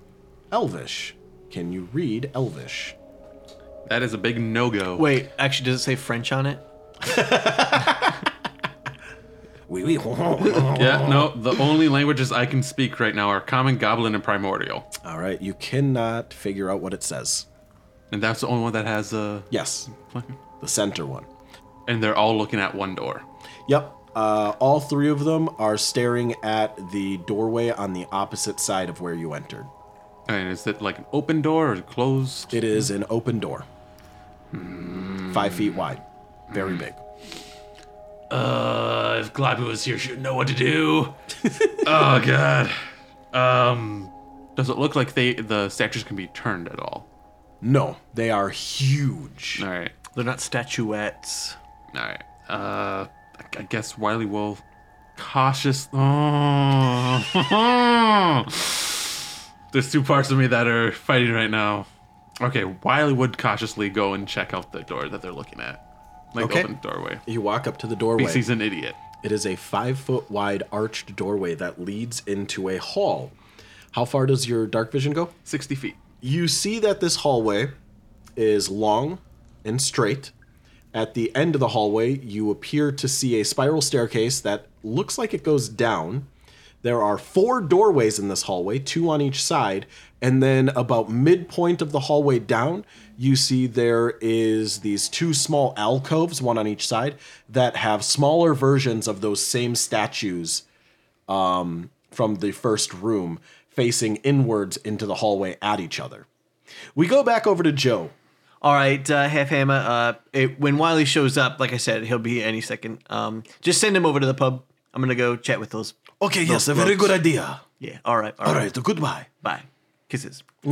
Speaker 4: Elvish. Can you read Elvish?
Speaker 2: That is a big no go.
Speaker 3: Wait, actually, does it say French on it?
Speaker 2: Yeah, no. The only languages I can speak right now are Common, Goblin, and Primordial,
Speaker 4: All right. You cannot figure out what it says.
Speaker 2: and that's the only one that has a.
Speaker 4: Yes, the center one.
Speaker 2: And they're all looking at one door.
Speaker 4: Yep. Uh, all three of them are staring at the doorway on the opposite side of where you entered.
Speaker 2: And is it like an open door or closed?
Speaker 4: It is an open door, five feet wide, very
Speaker 2: Hmm.
Speaker 4: big.
Speaker 2: Uh, if Glabu was here, she'd know what to do. oh god. Um, does it look like they the statues can be turned at all?
Speaker 4: No, they are huge.
Speaker 2: All right,
Speaker 3: They're not statuettes.
Speaker 2: all right. Uh, I- I guess Wiley will cautious. Oh. There's two parts of me that are fighting right now. Okay, Wiley would cautiously go and check out the door that they're looking at, like
Speaker 4: Okay.
Speaker 2: open doorway.
Speaker 4: You walk up to the doorway.
Speaker 2: Because he's an idiot.
Speaker 4: It is a five foot wide arched doorway that leads into a hall. How far does your dark vision go?
Speaker 2: Sixty feet.
Speaker 4: You see that this hallway is long and straight. At the end of the hallway, you appear to see a spiral staircase that looks like it goes down. There are four doorways in this hallway, two on each side, and then about midpoint of the hallway down, you see there is these two small alcoves, one on each side, that have smaller versions of those same statues from the first room facing inwards into the hallway at each other. We go back over to Joe.
Speaker 3: All right, uh, Half Hammer. Uh, it, when Wiley shows up, like I said, he'll be here any second. Um, just send him over to the pub. I'm gonna go chat with those.
Speaker 4: Okay, yes,
Speaker 3: a very good
Speaker 4: idea.
Speaker 3: Yeah. All right. All, all right.
Speaker 4: goodbye.
Speaker 3: Bye. Kisses.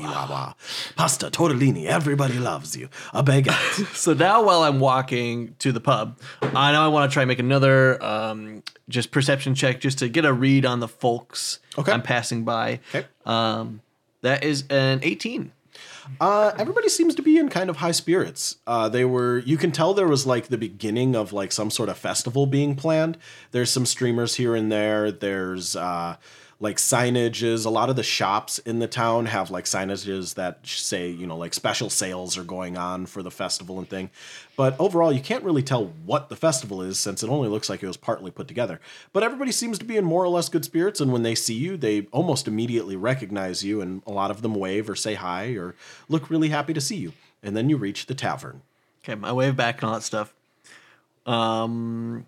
Speaker 4: Pasta, tortellini, everybody loves you. A baguette.
Speaker 3: So now, while I'm walking to the pub, I know I want to try and make another um, just perception check just to get a read on the folks
Speaker 4: Okay.
Speaker 3: I'm passing by.
Speaker 4: Okay.
Speaker 3: Um, that is an 18.
Speaker 4: Uh, everybody seems to be in kind of high spirits. Uh, they were, you can tell there was like the beginning of like some sort of festival being planned. There's some streamers here and there. There's uh, like signages. A lot of the shops in the town have like signages that say, you know, like special sales are going on for the festival and thing. But overall, you can't really tell what the festival is since it only looks like it was partly put together. But everybody seems to be in more or less good spirits, and when they see you, they almost immediately recognize you, and a lot of them wave or say hi or look really happy to see you. And then you reach the tavern.
Speaker 3: Okay, my wave back and all that stuff. Um,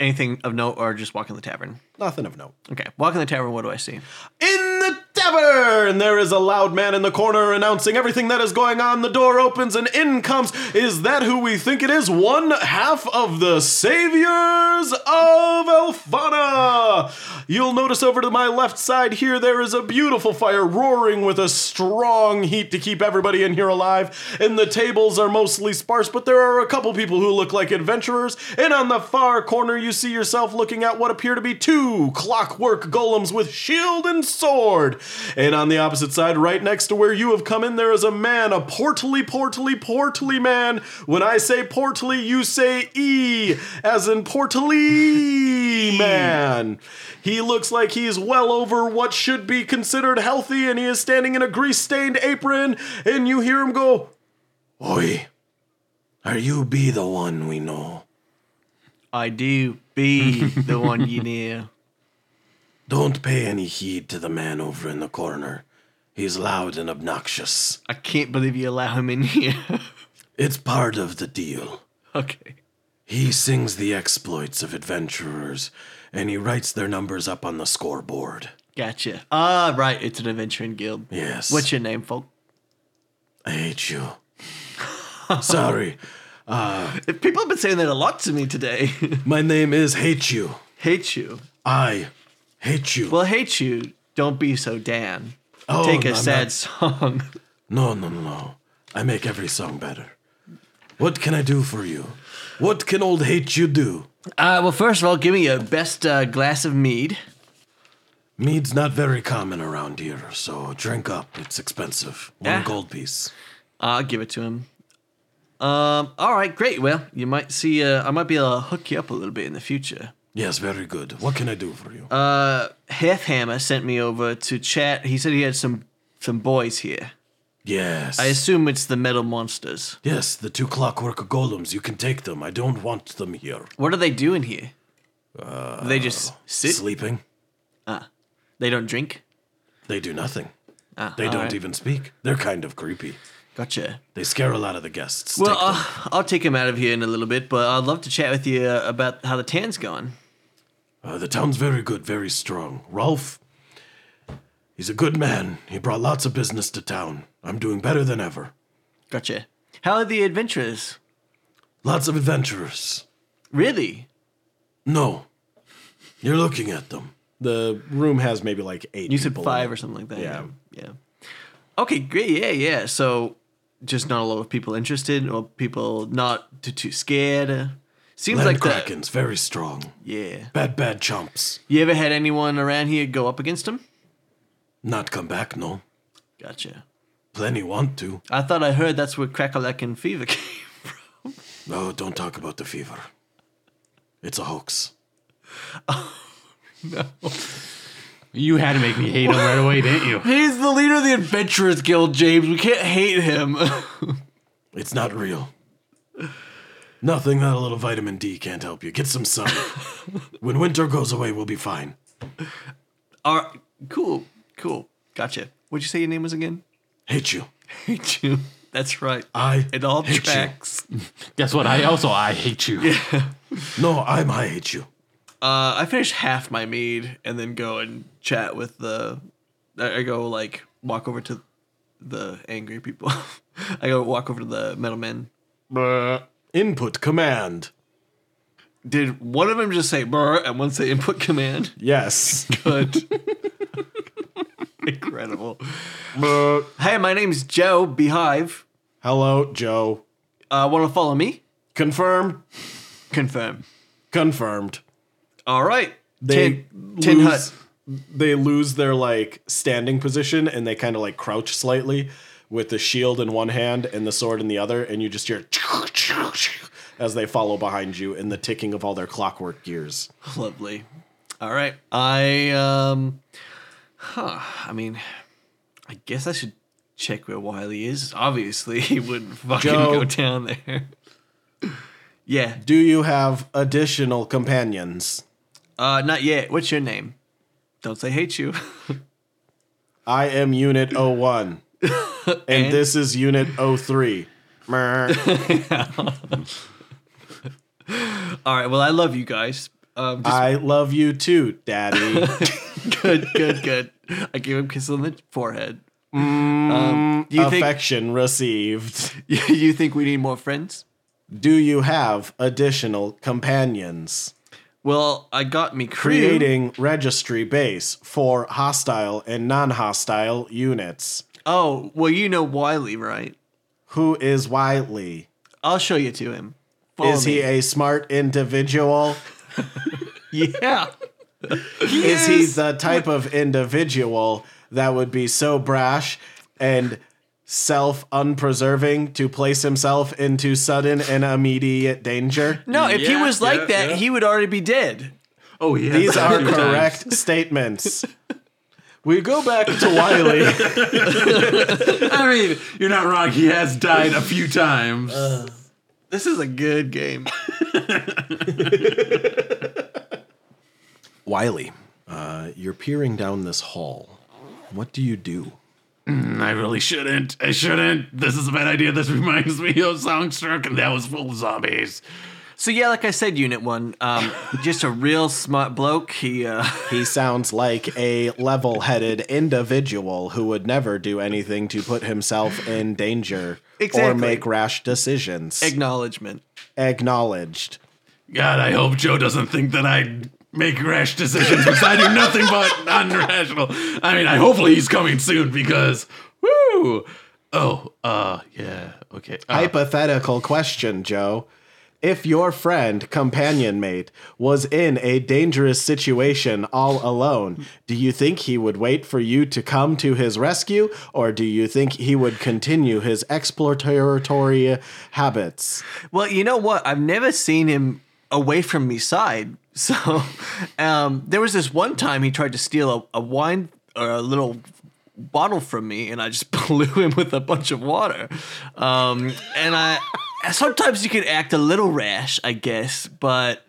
Speaker 3: anything of note, or just walk in the tavern?
Speaker 4: Nothing of note.
Speaker 3: Okay, walk in the tavern. What do I see?
Speaker 4: In the tavern, there is a loud man in the corner announcing everything that is going on. The door opens and in comes, is that who we think it is? One half of the saviors of Elfana. You'll notice over to my left side here, there is a beautiful fire roaring with a strong heat to keep everybody in here alive. And the tables are mostly sparse, but there are a couple people who look like adventurers. And on the far corner, you see yourself looking at what appear to be two clockwork golems with shield and sword. And on the opposite side, right next to where you have come in, there is a man, a portly, portly, portly man. When I say portly, you say E, as in portly man. He looks like he's well over what should be considered healthy, and he is standing in a grease stained apron, and you hear him go, Oi, are you be the one we know?
Speaker 3: I do be the one you near.
Speaker 4: Don't pay any heed to the man over in the corner. He's loud and obnoxious.
Speaker 3: I can't believe you allow him in here.
Speaker 4: It's part of the deal.
Speaker 3: okay.
Speaker 4: He sings the exploits of adventurers, and he writes their numbers up on the scoreboard.
Speaker 3: Gotcha. Ah, right. It's an adventuring guild.
Speaker 4: Yes.
Speaker 3: What's your name, folk?
Speaker 4: I hate you. Sorry,
Speaker 3: People have been saying that a lot to me today.
Speaker 4: my name is Hate You.
Speaker 3: hate you.
Speaker 4: I hate you.
Speaker 3: Well, hate you. Don't be so Dan.
Speaker 4: Oh,
Speaker 3: Take
Speaker 4: no,
Speaker 3: a
Speaker 4: I'm
Speaker 3: sad
Speaker 4: not-
Speaker 3: song.
Speaker 4: No, no, no, no. I make every song better. What can I do for you? What can old Hate You do?
Speaker 3: Uh, well, first of all, give me your best uh, glass of mead.
Speaker 4: Mead's not very common around here, so drink up. It's expensive. One
Speaker 3: Yeah.
Speaker 4: gold piece.
Speaker 3: I'll give it to him. Um, all right, great. Well, you might see. Uh, I might be able to hook you up a little bit in the future.
Speaker 4: Yes, very good. What can I do for you?
Speaker 3: Uh, Half Hammer sent me over to chat. He said he had some some boys here.
Speaker 4: yes.
Speaker 3: I assume it's the metal monsters.
Speaker 4: yes, the two clockwork golems. You can take them. I don't want them here.
Speaker 3: What are they doing here? Uh, they just sit.
Speaker 4: Sleeping?
Speaker 3: They don't drink.
Speaker 4: They do nothing.
Speaker 3: Ah,
Speaker 4: They
Speaker 3: all
Speaker 4: don't
Speaker 3: right.
Speaker 4: even speak. They're kind of creepy.
Speaker 3: Gotcha.
Speaker 4: They scare a lot of the guests.
Speaker 3: Well,
Speaker 4: Take them.
Speaker 3: uh, I'll take him out of here in a little bit, but I'd love to chat with you uh, about how the tan's gone.
Speaker 4: Uh, the town's very good, very strong. Rolf, he's a good man. He brought lots of business to town. I'm doing better than ever.
Speaker 3: Gotcha. How are the adventurers?
Speaker 4: Lots of adventurers.
Speaker 3: Really?
Speaker 4: No, you're looking at them. The room has maybe like eight.
Speaker 3: You said
Speaker 4: people in
Speaker 3: five
Speaker 4: it.
Speaker 3: or something like that.
Speaker 4: Yeah.
Speaker 3: Yeah. Okay, great. Yeah, yeah. So just not a lot of people interested or people not too, too scared. Seems
Speaker 4: Land
Speaker 3: like that.
Speaker 4: krakens, very strong.
Speaker 3: Yeah.
Speaker 4: Bad, bad chomps.
Speaker 3: You ever had anyone around here go up against them?
Speaker 4: Not come back, no.
Speaker 3: Gotcha.
Speaker 4: Plenty want to.
Speaker 3: I thought I heard that's where Crackalack and Fever came from.
Speaker 4: No, Oh, don't talk about the fever. It's a hoax.
Speaker 2: You had to make me hate him right away, didn't you?
Speaker 3: He's the leader of the Adventurers Guild, James. We can't hate him.
Speaker 4: It's not real. Nothing that a little vitamin D can't help you. Get some sun. when winter goes away, we'll be fine.
Speaker 3: All right. Cool. Cool. Gotcha. What'd you say your name was again?
Speaker 4: Hate you.
Speaker 3: Hate you. That's right.
Speaker 4: I.
Speaker 3: It all
Speaker 4: hate you.
Speaker 3: tracks.
Speaker 2: Guess what? I also I hate you.
Speaker 4: No, I'm. I hate you.
Speaker 3: Uh, I finish half my mead and then go and chat with the. I I go like walk over to the angry people. I go walk over to the metal men.
Speaker 4: Input command.
Speaker 3: Did one of them just say "brr" and one say "input command"?
Speaker 4: Yes.
Speaker 3: Good. Incredible. Hey, my name's Joe Beehive.
Speaker 4: Hello, Joe.
Speaker 3: Uh, Want to follow me?
Speaker 4: Confirmed.
Speaker 3: Confirm.
Speaker 4: Confirmed.
Speaker 3: All right.
Speaker 5: They
Speaker 3: tin, tin hut.
Speaker 5: lose- They lose their like standing position and they kind of like crouch slightly with the shield in one hand and the sword in the other, and you just hear as they follow behind you and the ticking of all their clockwork gears.
Speaker 3: Lovely. All right. I um huh, I mean I guess I should check where Wiley is. Obviously he wouldn't fucking
Speaker 5: Joe.
Speaker 3: go down there. yeah.
Speaker 5: Do you have additional companions?
Speaker 3: Uh not yet. What's your name? Don't say hate you.
Speaker 5: I am Unit 01. and,
Speaker 3: And?
Speaker 5: this is Unit 03. Mer.
Speaker 3: All right, well I love you guys. Um just
Speaker 5: I love you too, Daddy.
Speaker 3: good, good, good. I gave him a kiss on the forehead.
Speaker 5: Mm,
Speaker 3: um, do you think
Speaker 5: Affection received.
Speaker 3: you think we need more friends?
Speaker 5: Do you have additional companions?
Speaker 3: Well, I got me crew.
Speaker 5: Creating registry base for hostile and non hostile units.
Speaker 3: Oh, well you know Wiley, right?
Speaker 5: Who is Wiley?
Speaker 3: I'll show you to him. Follow
Speaker 5: Is he
Speaker 3: me.
Speaker 5: a smart individual?
Speaker 3: yeah.
Speaker 5: is he the type of individual that would be so brash and self unpreserving to place himself into sudden and immediate danger?
Speaker 3: No, if he
Speaker 2: Yeah,
Speaker 3: was like
Speaker 2: yeah,
Speaker 3: that,
Speaker 2: yeah.
Speaker 3: he would already be dead.
Speaker 2: Oh yeah.
Speaker 5: These are correct statements. We go back to Wiley.
Speaker 2: I mean, you're not wrong. He has died a few times.
Speaker 3: This is a good game.
Speaker 4: Wiley, uh, you're peering down this hall. What do you do?
Speaker 2: I really shouldn't. I shouldn't. This is a bad idea. This reminds me of Songstruck, and that was full of zombies.
Speaker 3: So yeah, like I said, Unit One, um, just a real smart bloke. He uh,
Speaker 4: He sounds like a level headed individual who would never do anything to put himself in danger or
Speaker 3: Exactly.
Speaker 4: make rash decisions.
Speaker 3: acknowledgement.
Speaker 4: Acknowledged.
Speaker 2: God, I hope Joe doesn't think that I make rash decisions because I do nothing but non-rational. I mean, I hopefully he's coming soon because woo. Oh, uh, yeah, okay. Uh,
Speaker 4: Hypothetical question, Joe. If your friend, companion mate, was in a dangerous situation all alone, do you think he would wait for you to come to his rescue, or do you think he would continue his exploratory habits?
Speaker 3: Well, you know what? I've never seen him away from me side. So um, there was this one time he tried to steal a, a wine or a little bottle from me, and I just blew him with a bunch of water. Um, and I sometimes you can act a little rash, I guess, but.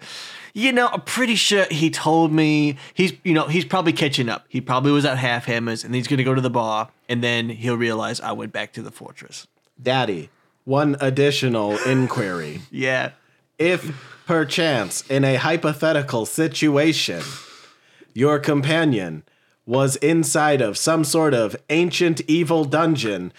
Speaker 3: You know, I'm pretty sure he told me he's, you know, he's probably catching up. He probably was at half hammers and he's going to go to the bar and then he'll realize I went back to the fortress.
Speaker 4: Daddy, one additional inquiry.
Speaker 3: Yeah.
Speaker 4: if perchance in a hypothetical situation your companion was inside of some sort of ancient evil dungeon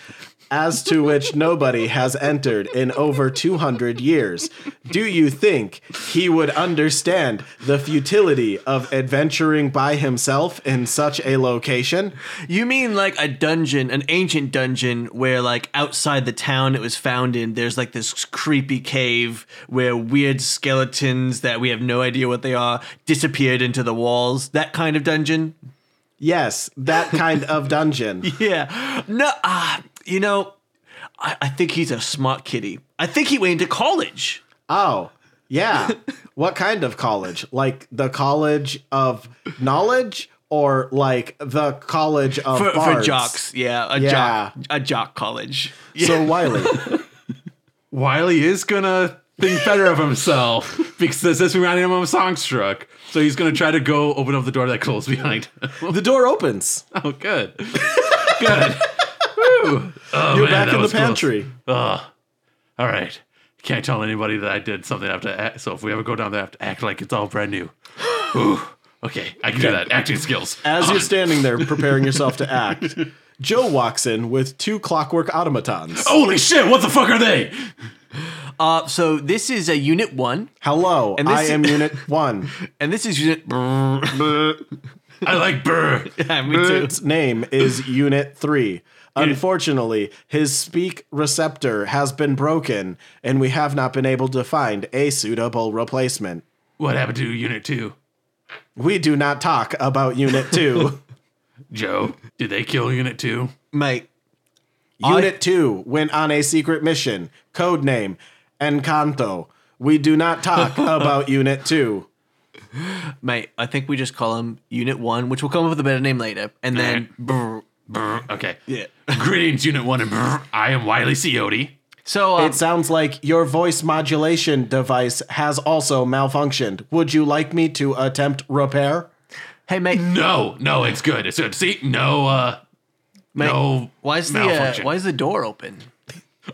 Speaker 4: as to which nobody has entered in over 200 years do you think he would understand the futility of adventuring by himself in such a location
Speaker 3: You mean like a dungeon, an ancient dungeon where like outside the town it was found in, there's like this creepy cave where weird skeletons that we have no idea what they are disappeared into the walls. That kind of dungeon?
Speaker 4: yes that kind of dungeon
Speaker 3: Yeah. No, ah, you know, I, I think he's a smart kitty. I think he went into college.
Speaker 4: Oh, yeah. what kind of college? Like the college of knowledge or like the college of
Speaker 3: For, for
Speaker 4: bards?
Speaker 3: jocks, yeah, a
Speaker 4: Yeah.
Speaker 3: jock, a jock college.
Speaker 4: So Wiley,
Speaker 2: Wiley is gonna think better of himself because this is reminding him of Songstruck. So he's gonna try to go open up the door that closed behind him.
Speaker 4: the door opens.
Speaker 2: oh, good, good. Woo. Oh,
Speaker 4: You're
Speaker 2: man,
Speaker 4: back
Speaker 2: that
Speaker 4: in the
Speaker 2: was close.
Speaker 4: pantry.
Speaker 2: Ugh. All right. Can't tell anybody that I did something. I have to act. So if we ever go down there, I have to act like it's all brand new. Ooh. Okay, I can do that. Acting skills.
Speaker 4: As
Speaker 2: Ah,
Speaker 4: you're standing there preparing yourself to act, Joe walks in with two clockwork automatons.
Speaker 3: Oh.
Speaker 2: holy shit! What the fuck are they?
Speaker 3: Uh, so this is a unit one,
Speaker 4: Hello,
Speaker 3: this-
Speaker 4: I am Unit One.
Speaker 3: and this is unit.
Speaker 2: I like burr.
Speaker 3: Yeah, me too.
Speaker 4: Its name is Unit 3. Unfortunately, his speak receptor has been broken, and we have not been able to find a suitable replacement.
Speaker 2: What happened to Unit Two?
Speaker 4: We do not talk about Unit 2.
Speaker 2: Joe, did they kill Unit Two?
Speaker 3: Mate,
Speaker 4: Unit 2 went on a secret mission, codename Encanto. We do not talk about Unit 2.
Speaker 3: Mate, I think we just call him Unit One, which will come up with a better name later, and then brr,
Speaker 2: Brr. Okay.
Speaker 3: yeah.
Speaker 2: Greetings, Unit One, and brr. I am Wiley Coyote.
Speaker 3: So um,
Speaker 4: It sounds like your voice modulation device has also malfunctioned. Would you like me to attempt repair?
Speaker 3: hey, mate,
Speaker 2: No, no, it's good. It's good. See, no, uh,
Speaker 3: mate,
Speaker 2: no.
Speaker 3: why is the uh,
Speaker 2: malfunction.
Speaker 3: why is the door open?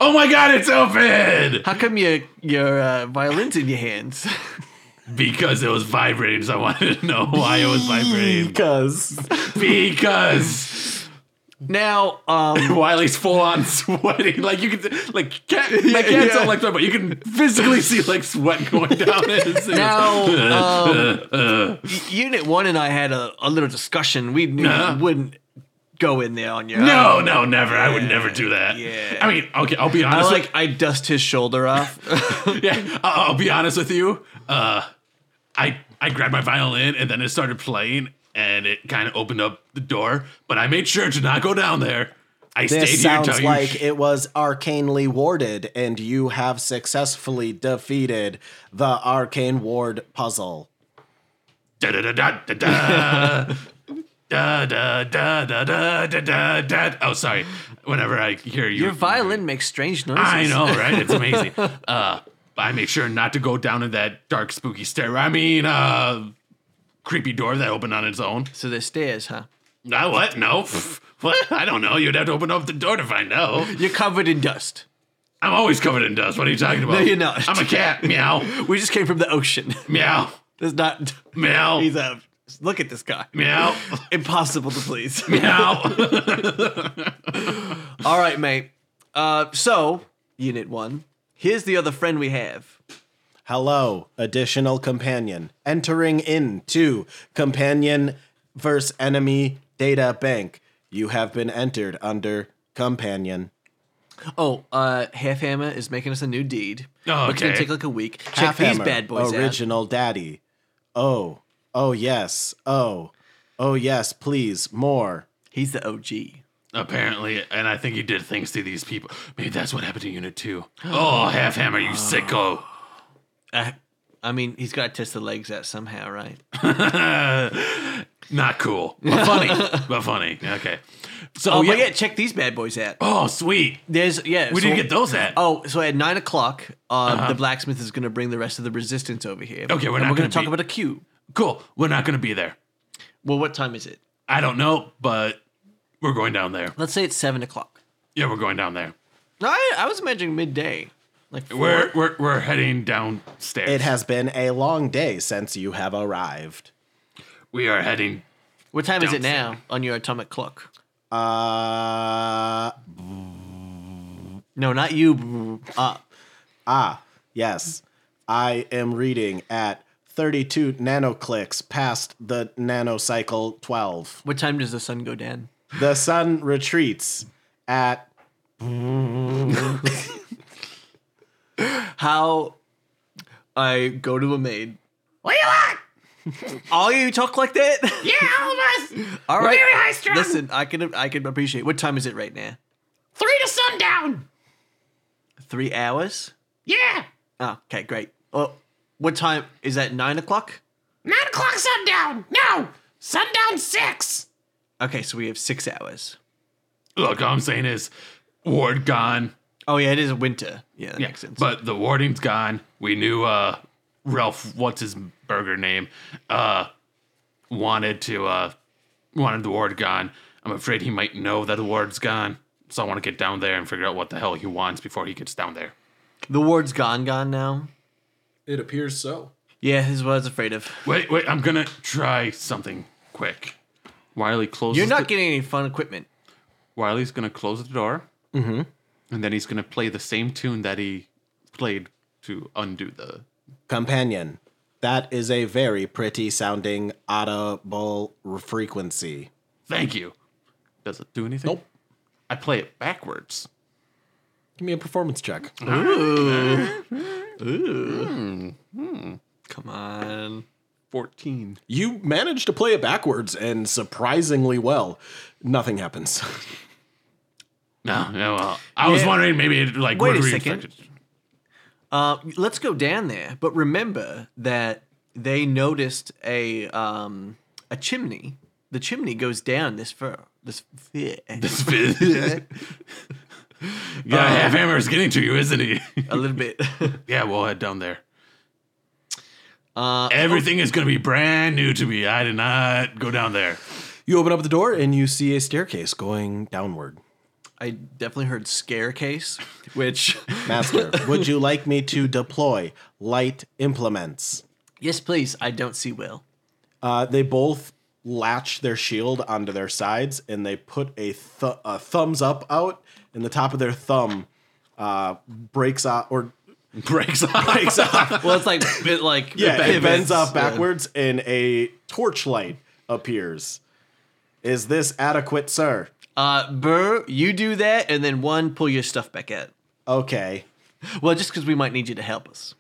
Speaker 2: Oh my God, it's open!
Speaker 3: How come your your uh, violin's in your hands?
Speaker 2: Because it was vibrating, so I wanted to know why it was vibrating.
Speaker 4: Because
Speaker 2: because
Speaker 3: now, um,
Speaker 2: Wiley's full on sweating. Like you can, like can't, I can't tell like that, but you can physically see like sweat going down. his
Speaker 3: now, um, y- Unit One and I had a, a little discussion. We knew
Speaker 2: Nah.
Speaker 3: you wouldn't go in there on your
Speaker 2: no,
Speaker 3: own.
Speaker 2: no, never. I would never do that.
Speaker 3: yeah.
Speaker 2: I mean, okay. I'll be
Speaker 3: I
Speaker 2: honest.
Speaker 3: like I dust his shoulder off.
Speaker 2: with, yeah. I'll, I'll be honest with you. Uh, I I grabbed my violin and then it started playing and it kind of opened up the door, but I made sure to not go down there. I stayed
Speaker 4: this
Speaker 2: here until
Speaker 4: sounds
Speaker 2: you.
Speaker 4: like it was arcanely warded, and you have successfully defeated the arcane ward puzzle.
Speaker 2: da da da da da da da da da da da da da da. Oh, sorry. Whenever I hear you,
Speaker 3: your violin makes strange noises.
Speaker 2: I know, right? It's amazing. Uh, I make sure not to go down in that dark, spooky stair. I mean, uh, creepy door that opened on its own.
Speaker 3: So there's stairs, huh?
Speaker 2: Uh, what? No. Pff, What? I don't know. You'd have to open up the door to find out.
Speaker 3: You're covered in dust.
Speaker 2: I'm always covered in dust. What are you talking about?
Speaker 3: No, you're not.
Speaker 2: I'm a cat. meow.
Speaker 3: We just came from the ocean.
Speaker 2: Meow.
Speaker 3: There's not.
Speaker 2: Meow.
Speaker 3: He's a. Look at this guy.
Speaker 2: meow.
Speaker 3: Impossible to please.
Speaker 2: Meow.
Speaker 3: All right, mate. Uh, so unit one. Here's the other friend we have.
Speaker 4: Hello, additional companion. Entering into companion versus enemy data bank. You have been entered under companion.
Speaker 3: Oh, uh, Half Hammer is making us a new deed.
Speaker 2: Oh,
Speaker 3: It's gonna
Speaker 2: okay.
Speaker 3: take like a week. Check
Speaker 4: Half
Speaker 3: these
Speaker 4: Hammer,
Speaker 3: bad boys out.
Speaker 4: Original daddy. Oh, oh yes. Oh, oh yes. Please more.
Speaker 3: He's the OG.
Speaker 2: Apparently, and I think he did things to these people. Maybe that's what happened to Unit 2. Oh, Half Hammer, you sicko.
Speaker 3: Uh, I mean, he's got to test the legs out somehow, right?
Speaker 2: Oh, Not cool. But funny. but funny. Okay. So,
Speaker 3: Oh,
Speaker 2: yeah.
Speaker 3: but yeah, check these bad boys out.
Speaker 2: Oh, sweet.
Speaker 3: There's yeah.
Speaker 2: We
Speaker 3: so-
Speaker 2: didn't get those at.
Speaker 3: Oh, so at nine o'clock, uh, the blacksmith is going to bring the rest of the resistance over here.
Speaker 2: Okay, we're
Speaker 3: and
Speaker 2: not gonna
Speaker 3: we're gonna talk
Speaker 2: be-
Speaker 3: about a cube.
Speaker 2: Cool. We're not going to be there.
Speaker 3: Well, what time is it?
Speaker 2: I don't know, but we're going down there.
Speaker 3: Let's say it's seven o'clock.
Speaker 2: Yeah, we're going down there.
Speaker 3: No, I, I was imagining midday. Like four.
Speaker 2: We're we're, we're heading downstairs.
Speaker 4: It has been a long day since you have arrived.
Speaker 2: we are heading.
Speaker 3: what time is it
Speaker 2: downstairs.
Speaker 3: now on your atomic clock?
Speaker 4: Uh,
Speaker 3: No, not you. Uh,
Speaker 4: ah, yes. I am reading at 32 nanoclicks past the nanocycle 12.
Speaker 3: what time does the sun go down?
Speaker 4: The sun retreats at
Speaker 3: How I go to a maid.
Speaker 6: What do you want?
Speaker 3: All you talk like that?
Speaker 6: Yeah, all of us.
Speaker 3: All right.
Speaker 6: Very high strung.
Speaker 3: Listen, I can I can appreciate. What time is it right now?
Speaker 6: Three to sundown.
Speaker 3: Three hours.
Speaker 6: Yeah.
Speaker 3: Oh, okay, great. Well, what time is that? Nine o'clock.
Speaker 6: Nine o'clock sundown. No. Sundown six.
Speaker 3: Okay, so we have six hours.
Speaker 2: Look, all I'm saying is, ward gone.
Speaker 3: Oh yeah, it is winter. Yeah, that
Speaker 2: Yeah,
Speaker 3: makes sense.
Speaker 2: But the warding's gone. We knew uh Ralph what's his burger name uh wanted to uh wanted the ward gone. I'm afraid he might know that the ward's gone. So I want to get down there and figure out what the hell he wants before he gets down there.
Speaker 3: the ward's gone, gone now.
Speaker 5: It appears so.
Speaker 3: Yeah, this is what I was afraid of.
Speaker 2: Wait, wait, I'm gonna try something quick. Wiley closes
Speaker 3: You're not
Speaker 2: the,
Speaker 3: getting any fun equipment.
Speaker 2: Wiley's gonna close the door. Mm-hmm. And then he's gonna play the same tune that he played to undo the
Speaker 4: companion. That is a very pretty sounding audible frequency.
Speaker 2: Thank you. Does it do anything?
Speaker 4: Nope.
Speaker 2: I play it backwards.
Speaker 4: Give me a performance check.
Speaker 3: Come on.
Speaker 2: 14.
Speaker 4: You manage to play it backwards and surprisingly well. Nothing happens.
Speaker 2: No, no. well, I was
Speaker 3: Yeah.
Speaker 2: wondering maybe it, like
Speaker 3: Wait
Speaker 2: would
Speaker 3: a
Speaker 2: we
Speaker 3: second.
Speaker 2: affect it?
Speaker 3: Uh, let's go down there. But remember that they noticed a um a chimney. The chimney goes down this fur. This yeah.
Speaker 2: This fit- yeah, half hammer's getting to you, isn't he?
Speaker 3: a little bit.
Speaker 2: Uh, yeah, we'll head down there. Everything is going to be brand new to me. I did not go down there.
Speaker 4: You open up the door and you see a staircase going downward.
Speaker 3: I definitely heard staircase, which
Speaker 4: Master, would you like me to deploy light implements?
Speaker 3: yes, please. I don't see well.
Speaker 4: Uh, they both latch their shield onto their sides and they put a, th- a thumbs up out, and the top of their thumb uh, breaks off or
Speaker 2: Breaks off. Breaks off.
Speaker 3: Well, it's like it like
Speaker 4: yeah, it bends off
Speaker 3: Yeah.
Speaker 4: backwards, and a torchlight appears. Is this adequate, sir?
Speaker 3: Uh, Burr, you do that, and then one, pull your stuff back out.
Speaker 4: Okay.
Speaker 3: Well, just because we might need you to help us.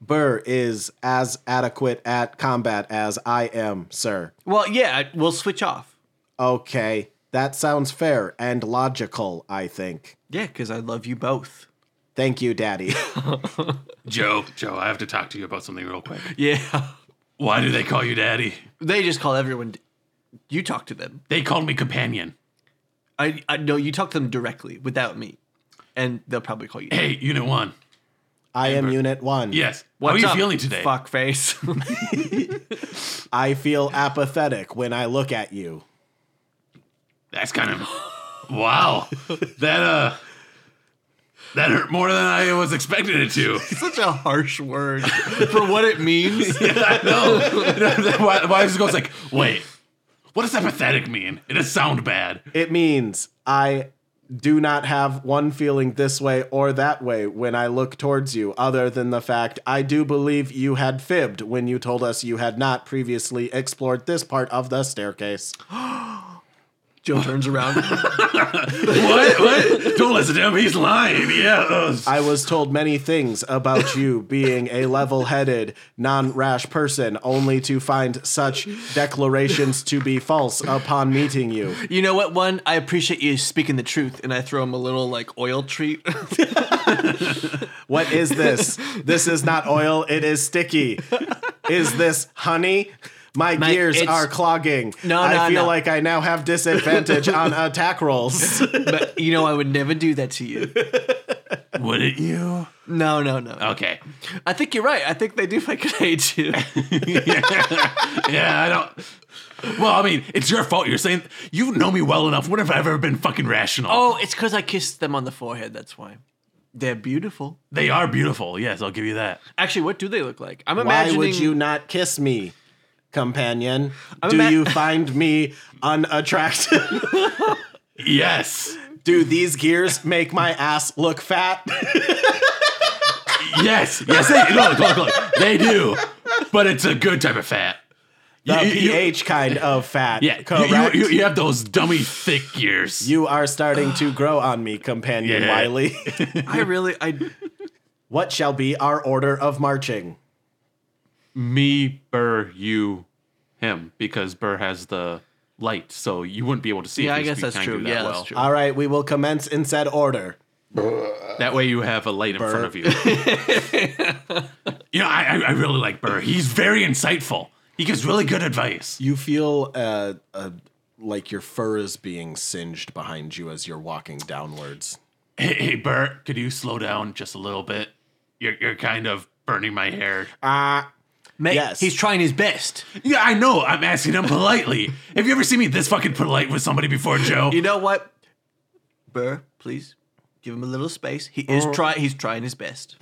Speaker 4: Burr is as adequate at combat as I am, sir.
Speaker 3: Well, yeah, I- we'll switch off.
Speaker 4: Okay, that sounds fair and logical, I think.
Speaker 3: Yeah, because I love you both.
Speaker 4: Thank you, Daddy.
Speaker 2: Joe, Joe, I have to talk to you about something real quick.
Speaker 3: Yeah.
Speaker 2: Why do they call you daddy?
Speaker 3: They just call everyone. d- You talk to them.
Speaker 2: They called me companion.
Speaker 3: I, I no, you talk to them directly without me, and they'll probably call you.
Speaker 2: Hey, Unit 1.
Speaker 4: I am Unit 1.
Speaker 2: Yes.
Speaker 3: What's
Speaker 2: How are you
Speaker 3: up,
Speaker 2: feeling today?
Speaker 3: Fuck face.
Speaker 4: I feel apathetic when I look at you.
Speaker 2: That's kind of wow. That uh That hurt more than I was expecting it to.
Speaker 3: Such a harsh word for what it means.
Speaker 2: I know. Why why just goes like, wait, what does that pathetic mean? It does sound bad.
Speaker 4: It means I do not have one feeling this way or that way when I look towards you, other than the fact I do believe you had fibbed when you told us you had not previously explored this part of the staircase.
Speaker 3: Joe turns around.
Speaker 2: What? What? Don't listen to him. He's lying. Yeah. uh,
Speaker 4: I was told many things about you being a level headed, non rash person, only to find such declarations to be false upon meeting you.
Speaker 3: You know what, one? I appreciate you speaking the truth, and I throw him a little like oil treat.
Speaker 4: What is this? This is not oil, it is sticky. Is this honey? My,
Speaker 3: My-
Speaker 4: gears
Speaker 3: it's-
Speaker 4: are clogging.
Speaker 3: No,
Speaker 4: I
Speaker 3: no,
Speaker 4: feel
Speaker 3: no.
Speaker 4: like I now have disadvantage on attack rolls.
Speaker 3: but you know, I would never do that to you.
Speaker 2: Wouldn't you?
Speaker 3: No, no, no.
Speaker 2: Okay.
Speaker 3: I think you're right. I think they do fucking hate you.
Speaker 2: Yeah, I don't. Well, I mean, it's your fault. You're saying you know me well enough. What if I've ever been fucking rational?
Speaker 3: oh, it's because I kissed them on the forehead. That's why. They're beautiful.
Speaker 2: They are beautiful. Yes, I'll give you that.
Speaker 3: Actually, what do they look like? I'm
Speaker 4: Why
Speaker 3: imagining.
Speaker 4: would you not kiss me, companion?
Speaker 3: I'm
Speaker 4: Do
Speaker 3: ima-
Speaker 4: you find me unattractive?
Speaker 2: Yes.
Speaker 4: Do these gears make my ass look fat?
Speaker 2: Yes. Yes. They, look, look, look. They do. But it's a good type of fat.
Speaker 4: The
Speaker 2: You- you-
Speaker 4: pH kind of fat.
Speaker 2: Yeah. you-
Speaker 4: correct.
Speaker 2: You,
Speaker 4: You,
Speaker 2: you, you have those dummy thick ears.
Speaker 4: are starting to grow on me, companion
Speaker 2: Yeah.
Speaker 4: Wiley.
Speaker 3: I really, I
Speaker 4: what shall be our order of marching?
Speaker 2: me, Burr, you, him, because Burr has the light, so you wouldn't be able to see.
Speaker 3: yeah,
Speaker 2: if
Speaker 3: I
Speaker 2: you
Speaker 3: guess
Speaker 2: speak
Speaker 3: that's
Speaker 2: kind
Speaker 3: true.
Speaker 2: that
Speaker 3: yeah,
Speaker 2: well.
Speaker 3: that's true.
Speaker 4: All right, we will commence in said order.
Speaker 2: That way you have a light in front of you. you know, I, I- I really like Burr. He's very insightful. He gives really good advice.
Speaker 7: You feel uh, uh, like your fur is being singed behind you as you're walking downwards.
Speaker 2: Hey, hey Burr, could you slow down just a little bit? You're, you're kind of burning my hair.
Speaker 3: Mate,
Speaker 4: yes.
Speaker 3: he's trying his best.
Speaker 2: Yeah, I know. I'm asking him politely. have you ever seen me this fucking polite with somebody before, Joe?
Speaker 3: You know what? Burr, please give him a little space. He
Speaker 4: Mm.
Speaker 3: is try. He's trying his best.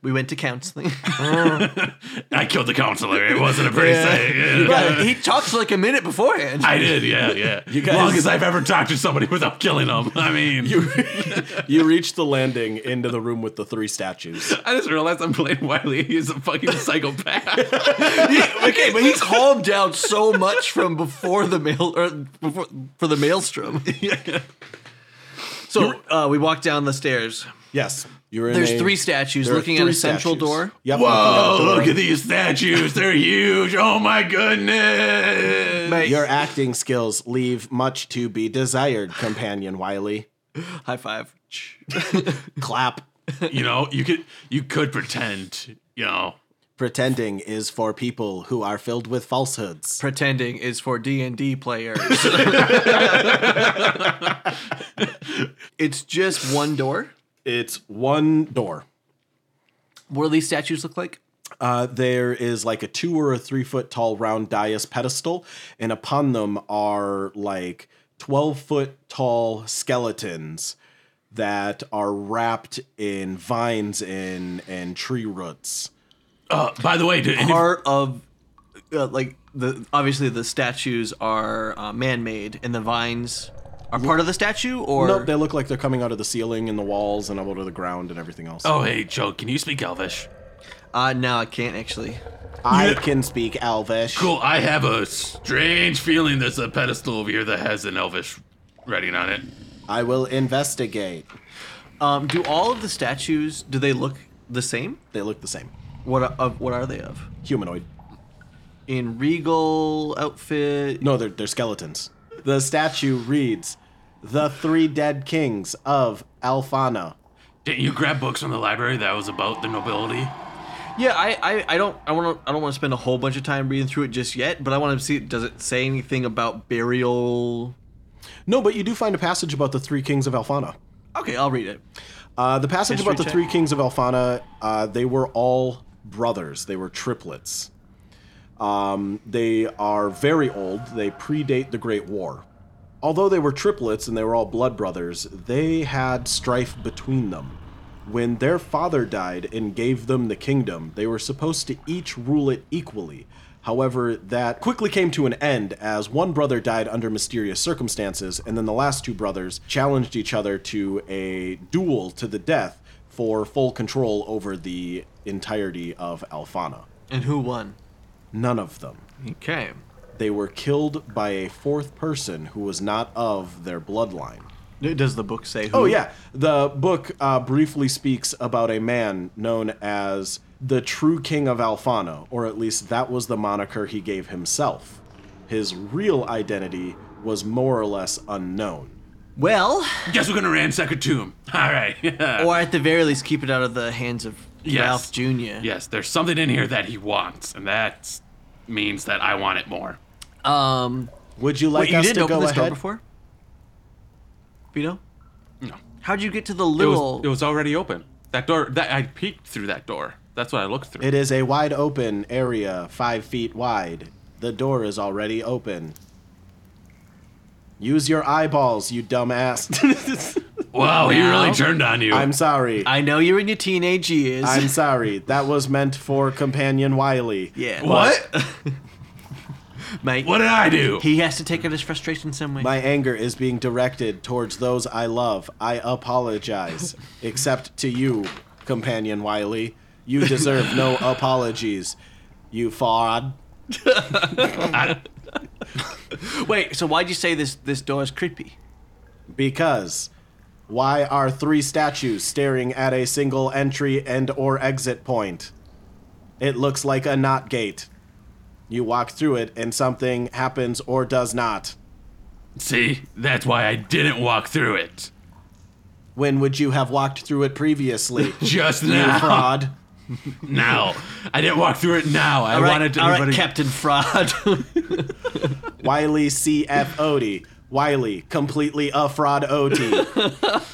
Speaker 3: We went to counseling.
Speaker 2: I killed the counselor. It wasn't a pretty sight. Yeah.
Speaker 3: But he talks like a minute beforehand.
Speaker 2: I did, yeah, yeah. Longest I've ever talked to somebody without killing them. I mean,
Speaker 4: You reach the landing into the room with the three statues.
Speaker 2: I just realized I'm playing Wiley. He's a fucking psychopath.
Speaker 3: okay, but he calmed down so much from before the mail or before for the maelstrom. So uh, we walk down the stairs.
Speaker 4: Yes. You're in
Speaker 3: There's
Speaker 4: a-
Speaker 3: three statues
Speaker 4: there are
Speaker 3: looking at
Speaker 4: three
Speaker 3: a central
Speaker 4: statues.
Speaker 3: door.
Speaker 4: Yep.
Speaker 2: Whoa, oh, look at these statues. They're huge. Oh my goodness.
Speaker 3: Mate,
Speaker 4: Your acting skills leave much to be desired, companion Wiley.
Speaker 3: high five.
Speaker 4: Clap.
Speaker 2: You know, you could you could pretend, you know.
Speaker 4: Pretending is for people who are filled with falsehoods.
Speaker 3: Pretending is for D and D players. it's just one door.
Speaker 4: It's one door.
Speaker 3: What do these statues look like?
Speaker 4: Uh, there is like a two or a three foot tall round dais pedestal, and upon them are like 12 foot tall skeletons that are wrapped in vines and, and tree roots.
Speaker 2: Uh, by the way, did any,
Speaker 3: part of uh, like the obviously the statues are uh, man-made and the vines are part of the statue or
Speaker 4: Nope, they look like they're coming out of the ceiling and the walls and out of the ground and everything else.
Speaker 2: Oh, hey, Joe, can you speak Elvish?
Speaker 3: uh no i can't actually
Speaker 4: I can speak Elvish.
Speaker 2: Cool. I have a strange feeling there's a pedestal over here that has an Elvish writing on it.
Speaker 4: I will investigate.
Speaker 3: um do all of the statues do they look the same
Speaker 4: They look the same.
Speaker 3: what are, of what are they of
Speaker 4: Humanoid.
Speaker 3: in regal outfit
Speaker 4: No, they're, they're skeletons. The statue reads The Three Dead Kings of Alfana.
Speaker 2: Didn't you grab books from the library that was about the nobility?
Speaker 3: yeah i i, I don't i want to i don't want to spend a whole bunch of time reading through it just yet but i want to see does it say anything about burial
Speaker 4: No, but you do find a passage about the three kings of Alfana.
Speaker 3: okay i'll read it
Speaker 4: Uh, the passage
Speaker 3: History
Speaker 4: about the
Speaker 3: check.
Speaker 4: three kings of Alfana, uh, they were all brothers. They were triplets. Um, they are very old. They predate the Great War. Although they were triplets and they were all blood brothers, they had strife between them. When their father died and gave them the kingdom, they were supposed to each rule it equally. However, that quickly came to an end as one brother died under mysterious circumstances, and then the last two brothers challenged each other to a duel to the death for full control over the entirety of Alfana.
Speaker 3: And who won?
Speaker 4: None of them.
Speaker 3: Okay.
Speaker 4: They were killed by a fourth person who was not of their bloodline.
Speaker 3: Does the book say who?
Speaker 4: Oh yeah, the book uh, briefly speaks about a man known as the true king of Alfano, or at least that was the moniker he gave himself. His real identity was more or less unknown.
Speaker 3: Well,
Speaker 2: Guess we're gonna ransack a tomb. All right.
Speaker 3: or at the very least, keep it out of the hands of
Speaker 2: Yes.
Speaker 3: Ralph Jr.
Speaker 2: yes, there's something in here that he wants, and that means that I want it more.
Speaker 3: Um,
Speaker 4: Would you like
Speaker 3: wait, you
Speaker 4: us
Speaker 3: didn't
Speaker 4: to
Speaker 3: open
Speaker 4: go
Speaker 3: this door
Speaker 4: ahead?
Speaker 3: before? Vito?
Speaker 2: No.
Speaker 3: How'd you get to the
Speaker 2: It was,
Speaker 3: little.
Speaker 2: it was already open. That door. That I peeked through that door. That's what I looked through.
Speaker 4: It is a wide open area, five feet wide. The door is already open. Use your eyeballs, you dumbass.
Speaker 2: wow, he
Speaker 3: Now-
Speaker 2: really turned on you.
Speaker 4: I'm sorry.
Speaker 3: I know you're in your teenage years.
Speaker 4: I'm sorry. That was meant for companion Wiley.
Speaker 3: yeah.
Speaker 2: what?
Speaker 3: Mate,
Speaker 2: what did I do?
Speaker 3: he has to take out his frustration some way.
Speaker 4: My anger is being directed towards those I love. I apologize. Except to you, companion Wiley. You deserve no apologies, you fraud.
Speaker 3: Wait, so why'd you say this, this door is creepy?
Speaker 4: Because why are three statues staring at a single entry and or exit point? It looks like a knot gate. You walk through it and something happens or does not.
Speaker 2: See, that's why I didn't walk through it
Speaker 4: When would you have walked through it previously?
Speaker 2: just
Speaker 4: you
Speaker 2: now.
Speaker 4: fraud.
Speaker 2: Now, I didn't walk through it. Now, I
Speaker 3: All right,
Speaker 2: wanted to.
Speaker 3: all right,
Speaker 2: everybody-
Speaker 3: Captain Fraud.
Speaker 4: Wiley CF Odie. Wiley, completely a fraud OT.
Speaker 3: Fucking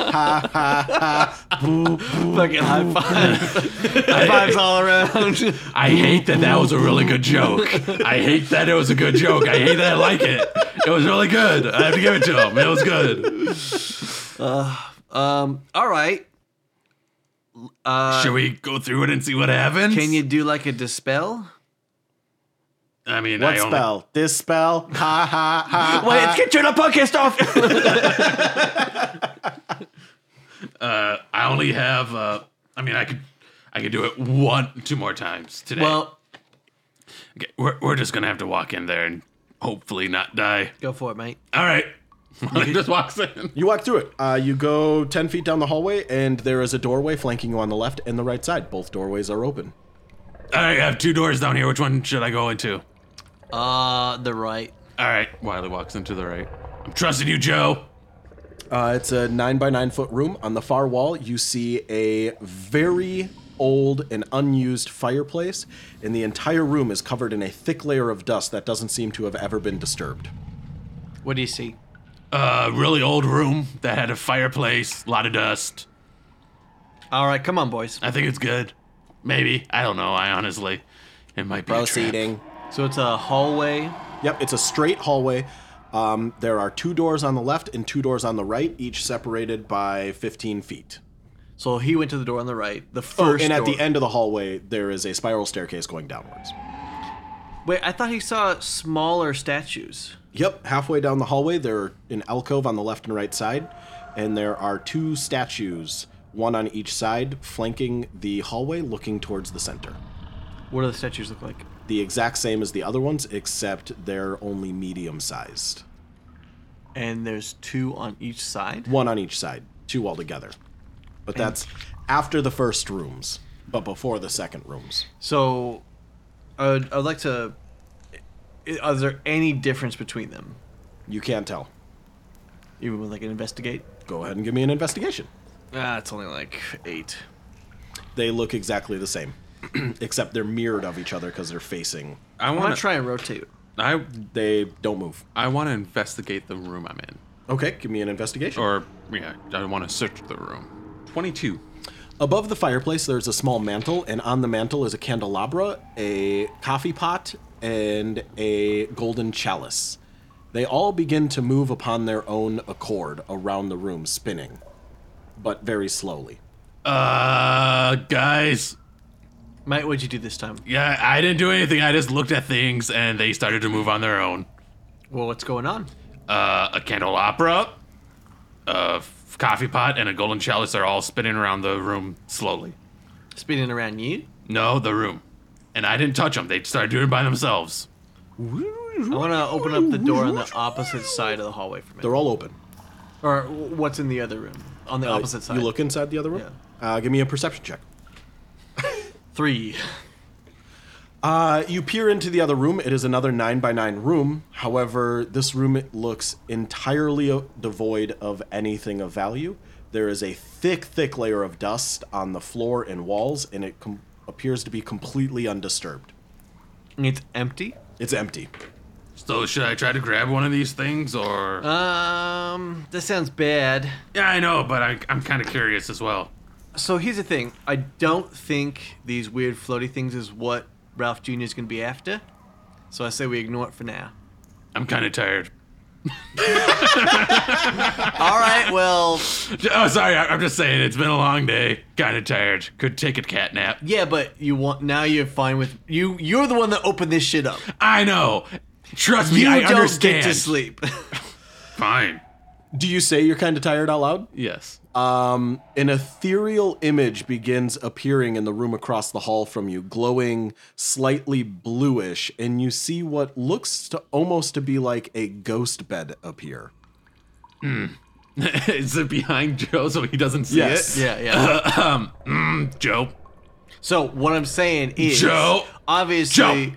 Speaker 3: high five. high fives all around.
Speaker 2: I hate that that was a really good joke. I hate that it was a good joke. I hate that I like it. It was really good. I have to give it to him. It was good.
Speaker 3: Um, all right.
Speaker 2: Should we go through it and see what happens?
Speaker 3: Uh, Can you do like a dispel?
Speaker 2: I mean,
Speaker 4: What
Speaker 2: I only,
Speaker 4: spell? This spell? Ha ha ha.
Speaker 3: Wait, it's get turn the podcast off.
Speaker 2: Uh, I only have. Uh, I mean, I could, I could do it one, two more times today.
Speaker 3: well,
Speaker 2: okay, we're we're just gonna have to walk in there and hopefully not die.
Speaker 3: go for it, mate.
Speaker 2: All right. he just walks in.
Speaker 4: You walk through it. Uh, you go 10 feet down the hallway, and there is a doorway flanking you on the left and the right side. Both doorways are open.
Speaker 2: All right, I have two doors down here. Which one should I go into?
Speaker 3: Uh, the right.
Speaker 2: All right, Wiley walks into the right. I'm trusting you, Joe.
Speaker 4: Uh, it's a nine by nine foot room. On the far wall, you see a very old and unused fireplace, and the entire room is covered in a thick layer of dust that doesn't seem to have ever been disturbed.
Speaker 3: What do you see?
Speaker 2: A Uh, really old room that had a fireplace, a lot of dust.
Speaker 3: All right, come on, boys.
Speaker 2: I think it's good. Maybe I don't know. I honestly, it might be a trap.
Speaker 4: Proceeding.
Speaker 3: So it's a hallway.
Speaker 4: Yep, it's a straight hallway. Um, there are two doors on the left and two doors on the right, each separated by 15 feet.
Speaker 3: So he went to the door on the right. The first.
Speaker 4: Oh, and at the
Speaker 3: door.
Speaker 4: end of the hallway, there is a spiral staircase going downwards.
Speaker 3: Wait, I thought he saw smaller statues.
Speaker 4: Yep, halfway down the hallway, there are an alcove on the left and right side, and there are two statues, one on each side, flanking the hallway, looking towards the center.
Speaker 3: What do the statues look like?
Speaker 4: The exact same as the other ones, except they're only medium sized.
Speaker 3: And there's two on each side.
Speaker 4: One on each side, two altogether. But that's after the first rooms, but before the second rooms.
Speaker 3: So, I would, I would like to. i- Is there any difference between them?
Speaker 4: You can't tell.
Speaker 3: Even with like an investigate.
Speaker 4: Go ahead and give me an investigation.
Speaker 3: Ah, it's only like eight.
Speaker 4: They look exactly the same, except they're mirrored of each other because they're facing.
Speaker 2: I
Speaker 3: I'm gonna
Speaker 2: want to.
Speaker 3: try and rotate.
Speaker 2: I
Speaker 4: They don't move.
Speaker 2: I want to investigate the room I'm in,
Speaker 4: Okay, give me an investigation.
Speaker 2: or yeah, I want to search the room. Twenty-two.
Speaker 4: Above the fireplace, there's a small mantle, and on the mantle is a candelabra, a coffee pot, and a golden chalice. They all begin to move upon their own accord around the room, spinning, but very slowly.
Speaker 2: uh, guys,
Speaker 3: Mike, what'd you do this time?
Speaker 2: yeah, I didn't do anything. I just looked at things and they started to move on their own.
Speaker 3: Well, what's going on?
Speaker 2: Uh, a candelabra, a f- coffee pot, and a golden chalice are all spinning around the room slowly.
Speaker 3: Spinning around you?
Speaker 2: No, the room. And I didn't touch them. They started doing it by themselves.
Speaker 3: I want to open up the door on the opposite side of the hallway from it.
Speaker 4: They're all open.
Speaker 3: Or w- what's in the other room? On the
Speaker 4: Uh,
Speaker 3: opposite side.
Speaker 4: You look inside the other room. Uh, give me a perception check.
Speaker 3: Three.
Speaker 4: Uh, you peer into the other room. It is another nine by nine room. However, this room looks entirely o- devoid of anything of value. There is a thick, thick layer of dust on the floor and walls, and it com- appears to be completely undisturbed.
Speaker 3: It's empty.
Speaker 4: It's empty.
Speaker 2: So should I try to grab one of these things or?
Speaker 3: Um, that sounds bad.
Speaker 2: yeah, I know, but I, I'm kind of curious as well.
Speaker 3: So here's the thing. I don't think these weird floaty things is what Ralph Jr. is going to be after. So I say we ignore it for now.
Speaker 2: I'm kind of tired.
Speaker 3: All right. Well,
Speaker 2: Oh, sorry. I- I'm just saying it's been a long day. Kind of tired. Could take a cat nap.
Speaker 3: yeah, but you want now you're fine with you. You're the one that opened this shit up.
Speaker 2: I know. Trust me,
Speaker 3: You
Speaker 2: I
Speaker 3: don't
Speaker 2: understand.
Speaker 3: get to sleep.
Speaker 2: Fine.
Speaker 4: Do you say you're kind of tired out loud?
Speaker 2: Yes.
Speaker 4: An ethereal image begins appearing in the room across the hall from you, glowing slightly bluish, and you see what looks to almost to be like a ghost bed appear.
Speaker 2: Is it behind Joe so he doesn't see
Speaker 4: Yes.
Speaker 3: yeah, yeah.
Speaker 2: it? Joe.
Speaker 3: So what I'm saying is,
Speaker 2: Joe.
Speaker 3: obviously,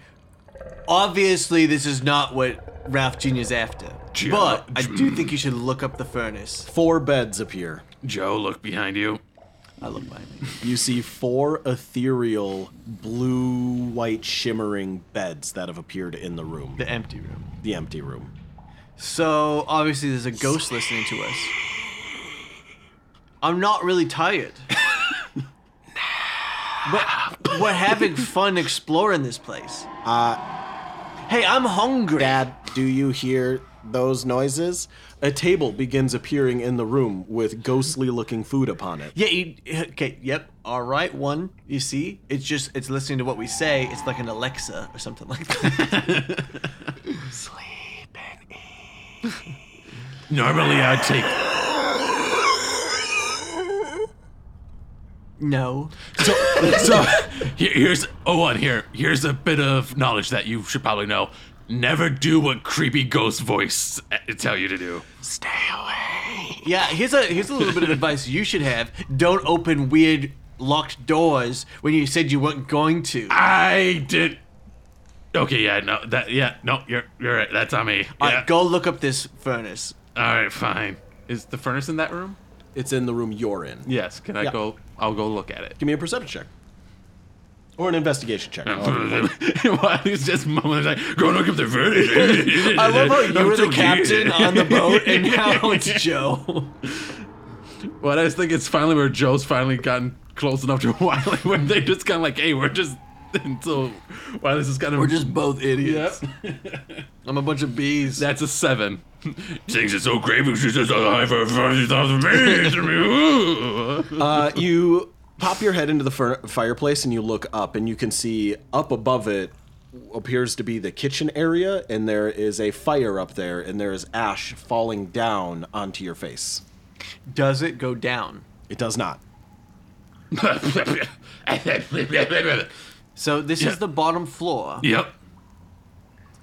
Speaker 3: obviously, this is not what Ralph Jr. is after.
Speaker 2: Joe.
Speaker 3: But I do think you should look up the furnace.
Speaker 4: Four beds appear.
Speaker 2: Joe, look behind you.
Speaker 3: I look behind me.
Speaker 4: You see four ethereal, blue white shimmering beds that have appeared in the room,
Speaker 3: The empty room.
Speaker 4: the empty room.
Speaker 3: So obviously there's a ghost listening to us. I'm not really tired. but we're having fun exploring this place. Uh Hey, I'm hungry.
Speaker 4: Dad, do you hear those noises? A table begins appearing in the room with ghostly looking food upon it.
Speaker 3: Yeah, you, okay, yep. All right, one. You see? It's just it's listening to what we say. It's like an Alexa or something like that.
Speaker 2: Normally I'd take.
Speaker 3: no.
Speaker 2: So here, here's oh one here. Here's a bit of knowledge that you should probably know. Never do what creepy ghost voice eh, tell you to do.
Speaker 3: Yeah, here's a here's a little bit of advice you should have. Don't open weird locked doors when you said you weren't going to.
Speaker 2: Ah, I did. Okay, yeah, no, that, yeah, no, you're, you're right. That's on me.
Speaker 3: All
Speaker 2: Yeah.
Speaker 3: right, go look up this furnace.
Speaker 2: All right, fine. Is the furnace in that room?
Speaker 4: It's in the room you're in.
Speaker 2: Yes. Can I
Speaker 4: Yeah.
Speaker 2: go? I'll go look at it.
Speaker 4: Give me a perception check. Or an investigation check.
Speaker 2: Oh. Why is just moment like go look up the furnace?
Speaker 3: I love how you
Speaker 2: I'm
Speaker 3: were the
Speaker 2: so
Speaker 3: captain
Speaker 2: weird.
Speaker 3: on the boat, and now it's Joe.
Speaker 2: Well, I just think it's finally where Joe's finally gotten close enough to Wiley, where they just kind of like, hey, we're just until Wiley's just kind of
Speaker 3: We're just both
Speaker 2: Yep.
Speaker 3: idiots. I'm a bunch of bees.
Speaker 2: That's a seven. Things are so great because she's just alive "Oh, for thirty thousand minutes.
Speaker 4: Uh, you pop your head into the fir- fireplace and you look up, and you can see up above it appears to be the kitchen area, and there is a fire up there, and there is ash falling down onto your face.
Speaker 3: Does it go down?
Speaker 4: It does not.
Speaker 3: So this
Speaker 2: Yeah.
Speaker 3: is the bottom floor,
Speaker 2: yep.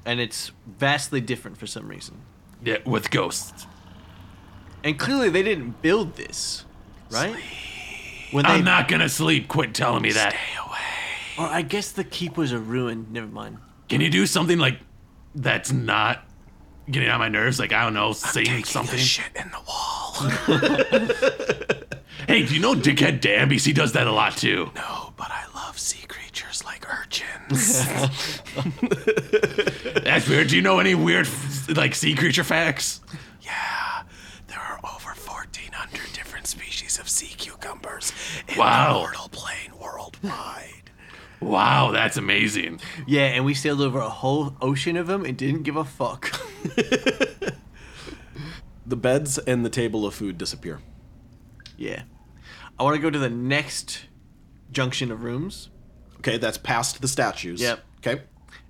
Speaker 3: and it's vastly different for some reason.
Speaker 2: Yeah, with ghosts.
Speaker 3: And clearly, they didn't build this, right? When they,
Speaker 2: I'm not gonna sleep. Quit telling me that.
Speaker 3: or I guess the keepers are ruined. Never mind.
Speaker 2: Can you do something like that's not getting on my nerves? Like I don't know, saying something. shit in the wall. hey, do you know Dickhead Dambies? He does that a lot too. No, but I love sea creatures like urchins. that's weird. Do you know any weird like sea creature facts?
Speaker 8: There are over 1,400 different species of sea cucumbers in the
Speaker 2: Wow,
Speaker 8: mortal plane worldwide.
Speaker 2: wow, that's amazing.
Speaker 3: Yeah, and we sailed over a whole ocean of them and didn't give a fuck.
Speaker 4: The beds and the table of food disappear.
Speaker 3: Yeah. I want to go to the next junction of rooms,
Speaker 4: Okay, that's past the statues.
Speaker 3: Yep.
Speaker 4: Okay.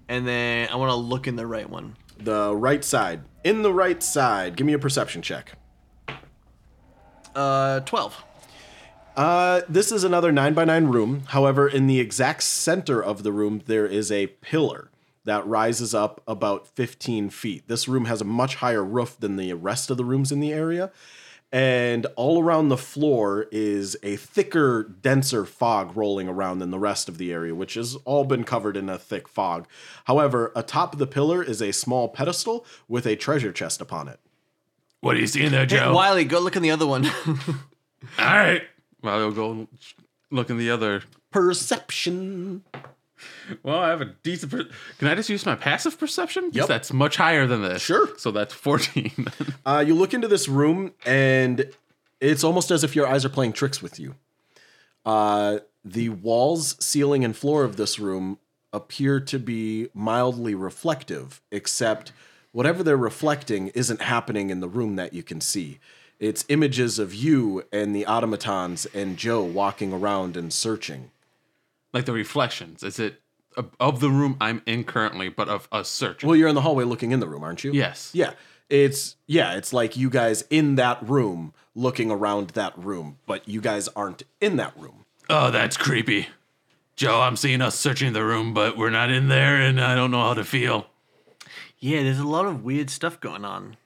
Speaker 3: and then I want to look in the right one.
Speaker 4: The right side. In the right side. Give me a perception check.
Speaker 3: Uh, twelve.
Speaker 4: Uh, this is another 9 by 9 room. However, in the exact center of the room, there is a pillar that rises up about 15 feet. This room has a much higher roof than the rest of the rooms in the area. And all around the floor is a thicker, denser fog rolling around than the rest of the area, which has all been covered in a thick fog. However, atop the pillar is a small pedestal with a treasure chest upon it.
Speaker 2: What do you see in there, Joe?
Speaker 3: Wiley, go look in the other one.
Speaker 2: All right. Well, you'll go look in the other.
Speaker 4: Perception.
Speaker 2: Well, I have a decent. Per- Can I just use my passive perception? 'Cause
Speaker 4: Yep.
Speaker 2: That's much higher than this.
Speaker 4: Sure.
Speaker 2: So that's 14.
Speaker 4: Uh, you look into this room, and it's almost as if your eyes are playing tricks with you. Uh, the walls, ceiling, and floor of this room appear to be mildly reflective, except whatever they're reflecting isn't happening in the room that you can see. It's images of you and the automatons and Joe walking around and searching.
Speaker 2: like the reflections. Is it of- of the room I'm in currently, but of us searching?
Speaker 4: Well, you're in the hallway looking in the room, aren't you?
Speaker 2: yes.
Speaker 4: Yeah. It's yeah, it's like you guys in that room looking around that room, but you guys aren't in that room.
Speaker 2: Oh, that's creepy. Joe, I'm seeing us searching the room, but we're not in there, and I don't know how to feel.
Speaker 3: yeah, there's a lot of weird stuff going on.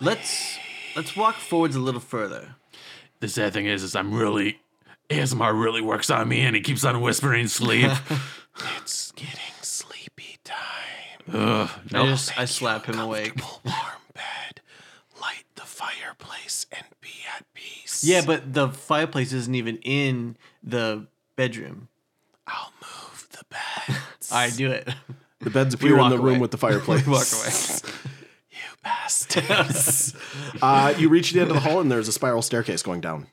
Speaker 3: Let's let's walk forwards a little further.
Speaker 2: The sad thing is, is I'm really ASMR really works on me, and he keeps on whispering sleep.
Speaker 9: It's getting sleepy time.
Speaker 2: Ugh,
Speaker 3: I
Speaker 2: no.
Speaker 3: just I slap him awake.
Speaker 9: Full warm bed. Light the fireplace and be at peace.
Speaker 3: Yeah, but the fireplace isn't even in the bedroom.
Speaker 9: I'll move the beds.
Speaker 3: I do it.
Speaker 4: The beds appear in
Speaker 3: walk
Speaker 4: the room
Speaker 3: away.
Speaker 4: with the fireplace.
Speaker 3: Walk away.
Speaker 4: uh, you reach the end of the hall, and there's a spiral staircase going down.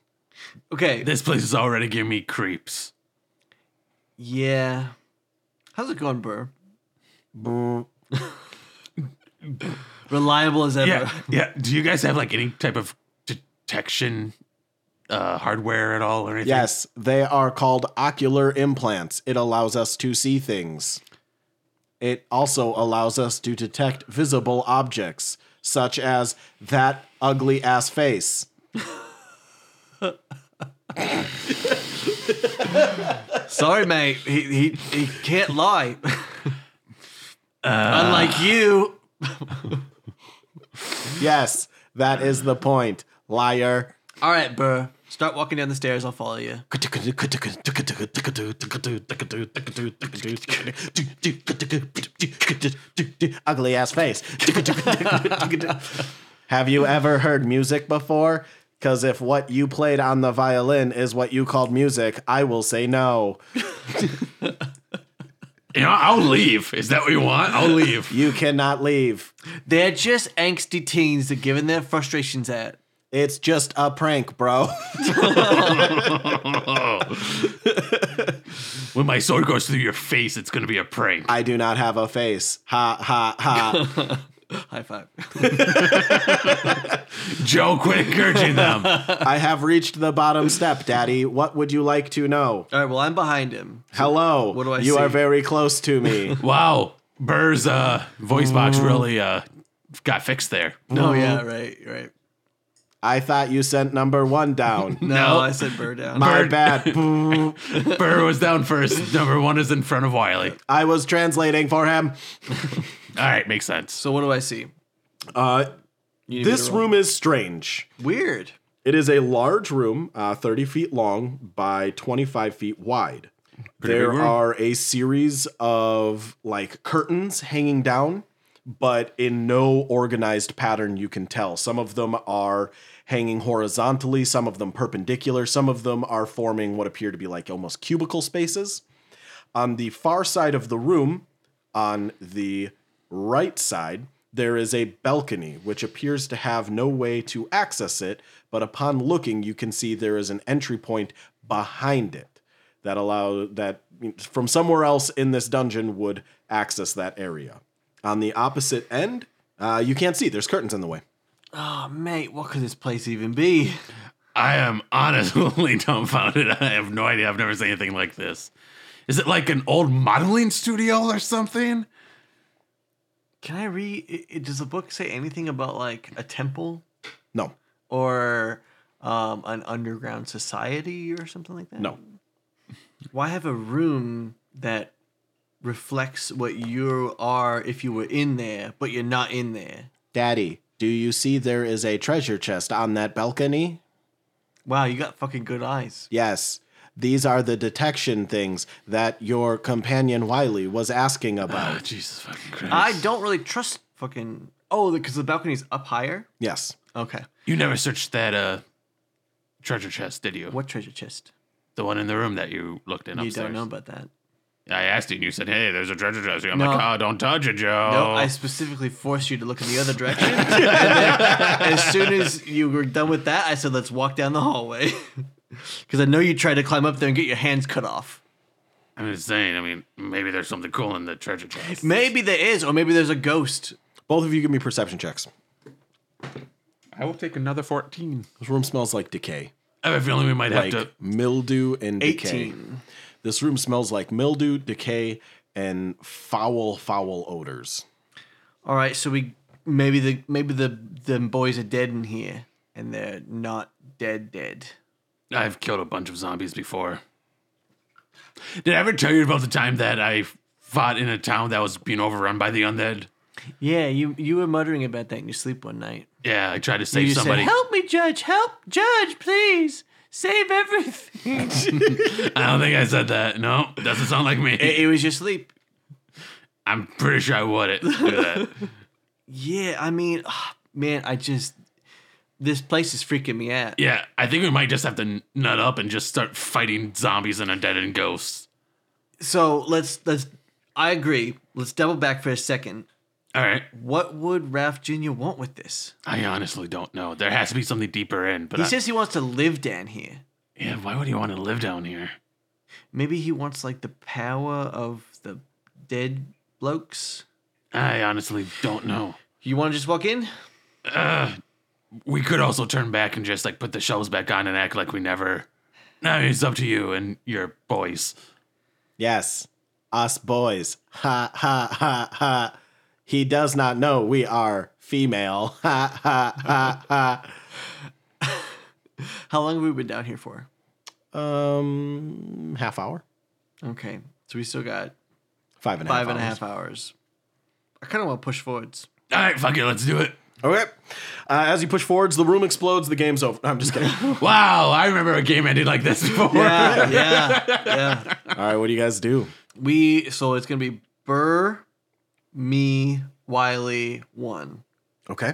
Speaker 3: Okay.
Speaker 2: This place is already giving me creeps.
Speaker 3: Yeah. How's it going, Burr? Reliable as ever.
Speaker 2: Yeah, yeah. Do you guys have like any type of detection uh, hardware at all or anything?
Speaker 4: Yes, they are called ocular implants. It allows us to see things. It also allows us to detect visible objects, such as that ugly ass face.
Speaker 3: Sorry, mate. He, he, he can't lie.
Speaker 2: Uh.
Speaker 3: Unlike you.
Speaker 4: Yes, that is the point, liar.
Speaker 3: All right, Burr. Start walking down the stairs. I'll follow you.
Speaker 4: Ugly ass face. Have you ever heard music before? Because if what you played on the violin is what you called music, I will say no.
Speaker 2: You know, I'll leave. Is that what you want? I'll leave.
Speaker 4: You cannot leave.
Speaker 3: They're just angsty teens that giving their frustrations at.
Speaker 4: It's just a prank, bro.
Speaker 2: when my sword goes through your face, it's gonna be a prank.
Speaker 4: I do not have a face. Ha ha ha.
Speaker 3: High five.
Speaker 2: Joe, quit encouraging them.
Speaker 4: I have reached the bottom step, Daddy. What would you like to know?
Speaker 3: All right, well, I'm behind him.
Speaker 4: Hello.
Speaker 3: What do I
Speaker 4: You are
Speaker 3: see?
Speaker 4: very close to me.
Speaker 2: Wow, Burr's uh, voice box really uh, got fixed there.
Speaker 3: No, Oh, yeah, right, right.
Speaker 4: I thought you sent number one down.
Speaker 3: No,
Speaker 2: No.
Speaker 3: I said Burr down.
Speaker 4: My
Speaker 2: Bird.
Speaker 4: bad. Boo.
Speaker 2: Burr was down first. Number one is in front of Wiley.
Speaker 4: I was translating for him.
Speaker 2: All right, makes sense.
Speaker 3: So what do I see?
Speaker 4: Uh,
Speaker 3: You need me
Speaker 4: this
Speaker 3: to roll?
Speaker 4: room is strange.
Speaker 3: weird.
Speaker 4: It is a large room, uh, 30 feet long by 25 feet wide. there
Speaker 2: room.
Speaker 4: are a series of like curtains hanging down, but in no organized pattern you can tell. Some of them are hanging horizontally, some of them perpendicular, some of them are forming what appear to be like almost cubicle spaces. On the far side of the room, on the right side, there is a balcony which appears to have no way to access it, but upon looking, you can see there is an entry point behind it that allow that from somewhere else in this dungeon would access that area. On the opposite end, uh, you can't see. There's curtains in the way.
Speaker 3: Oh, mate, what could this place even be?
Speaker 2: I am honestly dumbfounded. I have no idea. I've never seen anything like this. Is it like an old modeling studio or something?
Speaker 3: Can I read? i- i- Does the book say anything about like a temple
Speaker 4: No,
Speaker 3: or um, an underground society or something like that?
Speaker 4: no.
Speaker 3: Why have a room that reflects what you are if you were in there, but you're not in there?
Speaker 4: Daddy, do you see there is a treasure chest on that balcony?
Speaker 3: Wow, you got fucking good eyes.
Speaker 4: Yes. These are the detection things that your companion Wiley was asking
Speaker 2: Oh,
Speaker 4: about.
Speaker 2: Jesus fucking Christ.
Speaker 3: I don't really trust fucking. Oh, because the balcony's up higher.
Speaker 4: yes.
Speaker 3: Okay.
Speaker 2: you never searched that uh treasure chest, did you?
Speaker 3: What treasure chest?
Speaker 2: The one in the room that you looked in
Speaker 3: You
Speaker 2: upstairs.
Speaker 3: don't know about that.
Speaker 2: I asked you and you said, hey, there's a treasure chest. I'm
Speaker 3: No.
Speaker 2: like, oh, don't touch it, Joe.
Speaker 3: No, I specifically forced you to look in the other direction. and then, as soon as you were done with that, I said, "Let's walk down the hallway," because I know you tried to climb up there and get your hands cut off.
Speaker 2: I'm just saying, I mean, maybe there's something cool in the treasure chest.
Speaker 3: Maybe there is, or maybe there's a ghost.
Speaker 4: Both of you give me perception checks.
Speaker 2: I will take another 14.
Speaker 4: This room smells like decay.
Speaker 2: I have a feeling we might have
Speaker 4: Like
Speaker 2: to.
Speaker 4: mildew and decay.
Speaker 3: Eighteen.
Speaker 4: This room smells like mildew, decay, and foul, foul odors.
Speaker 3: All right, so we maybe the maybe the the boys are dead in here, and they're not dead dead.
Speaker 2: I've killed a bunch of zombies before. Did I ever tell you about the time that I fought in a town that was being overrun by the undead?
Speaker 3: Yeah, you you were muttering about that in your sleep one night.
Speaker 2: Yeah, I tried to
Speaker 3: You
Speaker 2: save
Speaker 3: just
Speaker 2: somebody.
Speaker 3: said, "Help me, Judge! Help, Judge, please save everything."
Speaker 2: I don't think I said that. No, doesn't sound like me.
Speaker 3: it, it was your sleep.
Speaker 2: I'm pretty sure I wouldn't do that.
Speaker 3: Yeah, I mean, man, I just this place is freaking me out.
Speaker 2: yeah, I think we might just have to nut up and just start fighting zombies and undead and ghosts.
Speaker 3: So let's let's. I agree. Let's double back for a second.
Speaker 2: All right.
Speaker 3: What would Ralph Jr. want with this?
Speaker 2: I honestly don't know. There has to be something deeper in. But
Speaker 3: He
Speaker 2: I-
Speaker 3: says he wants to live down here.
Speaker 2: yeah, why would he want to live down here?
Speaker 3: Maybe he wants like the power of the dead blokes.
Speaker 2: I honestly don't know.
Speaker 3: You want to just walk in?
Speaker 2: We could also turn back and just like put the shelves back on and act like we never. I mean, it's up to you and your boys.
Speaker 4: Yes, us boys. Ha ha ha ha. He does not know we are female. Ha ha ha ha.
Speaker 3: How long have we been down here for?
Speaker 4: Um, half hour,
Speaker 3: Okay, so we still got
Speaker 4: five and a half.
Speaker 3: five and a
Speaker 4: hours.
Speaker 3: half hours. I kind of want to push forwards.
Speaker 2: All right, fuck it, let's do it.
Speaker 4: Okay. Uh, as you push forwards, the room explodes. The game's over. No, I'm just kidding. All
Speaker 2: Wow, I remember a game ended like this before.
Speaker 3: Yeah, yeah, yeah.
Speaker 4: right, what do you guys do?
Speaker 3: We so it's gonna be Burr, me, Wiley, one.
Speaker 4: Okay.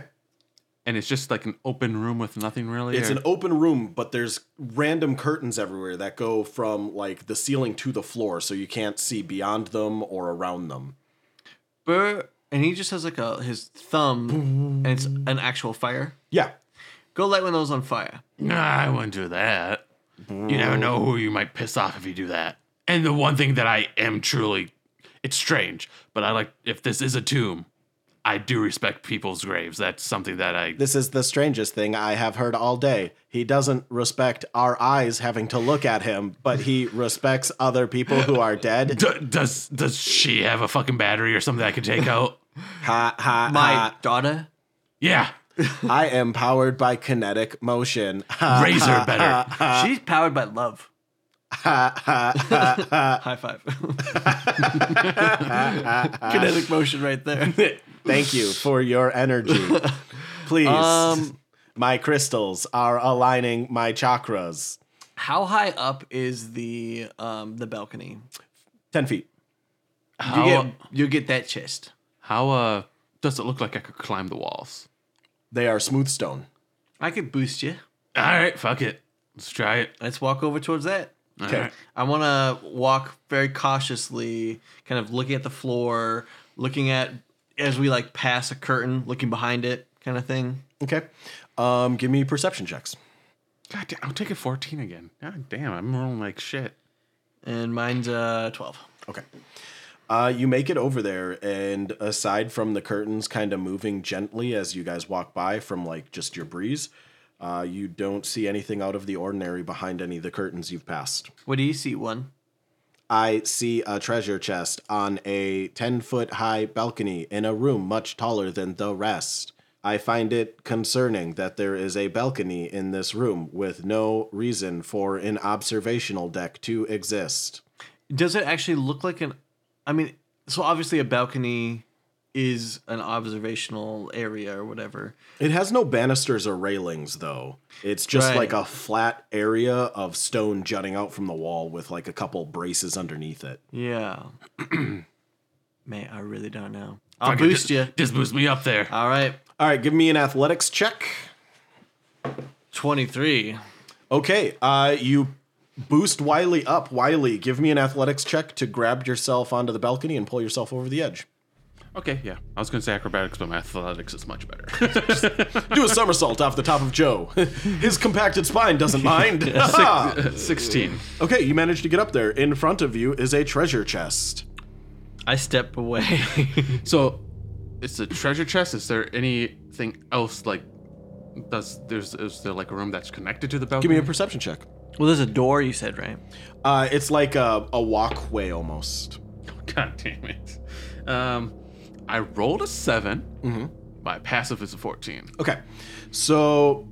Speaker 2: And it's just like an open room with nothing really.
Speaker 4: It's
Speaker 2: or-
Speaker 4: an open room, but there's random curtains everywhere that go from like the ceiling to the floor, so you can't see beyond them or around them.
Speaker 3: Burr, and he just has like a his thumb, and it's an actual fire.
Speaker 4: Yeah.
Speaker 3: Go light one of those on fire.
Speaker 2: Nah, I wouldn't do that. You never know who you might piss off if you do that. And the one thing that I am truly, it's strange, but I like, if this is a tomb, I do respect people's graves. That's something that I.
Speaker 4: This is the strangest thing I have heard all day. He doesn't respect our eyes having to look at him, but he respects other people who are dead.
Speaker 2: D- does does she have a fucking battery or something I could take out?
Speaker 4: Ha ha
Speaker 3: My
Speaker 4: ha.
Speaker 3: daughter.
Speaker 2: Yeah,
Speaker 4: I am powered by kinetic motion. Ha
Speaker 2: razor better.
Speaker 3: She's powered by love.
Speaker 4: ha ha.
Speaker 3: High five. Kinetic motion right there.
Speaker 4: Thank you for your energy. Please.
Speaker 3: Um,
Speaker 4: my crystals are aligning my chakras.
Speaker 3: how high up is the um the balcony?
Speaker 4: 10 feet.
Speaker 3: You
Speaker 2: How
Speaker 3: get you get that chest.
Speaker 2: how uh does it look like I could climb the walls?
Speaker 4: They are smooth stone.
Speaker 3: I could boost you.
Speaker 2: All right, fuck it, let's try it.
Speaker 3: Let's walk over towards that.
Speaker 4: Okay.
Speaker 3: I want to walk very cautiously, kind of looking at the floor, looking at as we like pass a curtain, looking behind it, kind of thing.
Speaker 4: Okay. Um, give me perception checks.
Speaker 2: God damn, I'm taking fourteen again. God damn, I'm rolling like shit.
Speaker 3: And mine's uh twelve.
Speaker 4: Okay. Uh, you make it over there, and aside from the curtains kind of moving gently as you guys walk by from like just your breeze, Uh, you don't see anything out of the ordinary behind any of the curtains you've passed.
Speaker 3: What do you see? One.
Speaker 4: I see a treasure chest on a 10 foot high balcony in a room much taller than the rest. I find it concerning that there is a balcony in this room with no reason for an observational deck to exist.
Speaker 3: Does it actually look like an? I mean, so obviously a balcony is an observational area or whatever.
Speaker 4: It has no banisters or railings, though. It's just
Speaker 3: Right.
Speaker 4: like a flat area of stone jutting out from the wall with like a couple braces underneath it.
Speaker 3: Yeah. Man, I really don't know. I'll
Speaker 2: Fucking
Speaker 3: boost
Speaker 2: ju-
Speaker 3: you.
Speaker 2: Just boost me up there.
Speaker 3: All right,
Speaker 4: All right, give me an athletics check.
Speaker 3: twenty-three.
Speaker 4: Okay, uh, you boost Wiley up. Wiley, give me an athletics check to grab yourself onto the balcony and pull yourself over the edge.
Speaker 2: Okay, yeah. I was gonna say acrobatics, but my athletics is much better.
Speaker 4: Do a somersault off the top of Joe. His compacted spine doesn't mind.
Speaker 2: Sixteen.
Speaker 4: okay, you managed to get up there. In front of you is a treasure chest.
Speaker 3: I step away.
Speaker 2: So, it's a treasure chest. Is there anything else like? Does there's is there like a room that's connected to the
Speaker 4: Give
Speaker 2: balcony?
Speaker 4: me a perception check.
Speaker 3: well, there's a door. You said right.
Speaker 4: Uh, it's like a, a walkway almost.
Speaker 2: God damn it. Um, I rolled a 7 My passive is a fourteen.
Speaker 4: Okay, so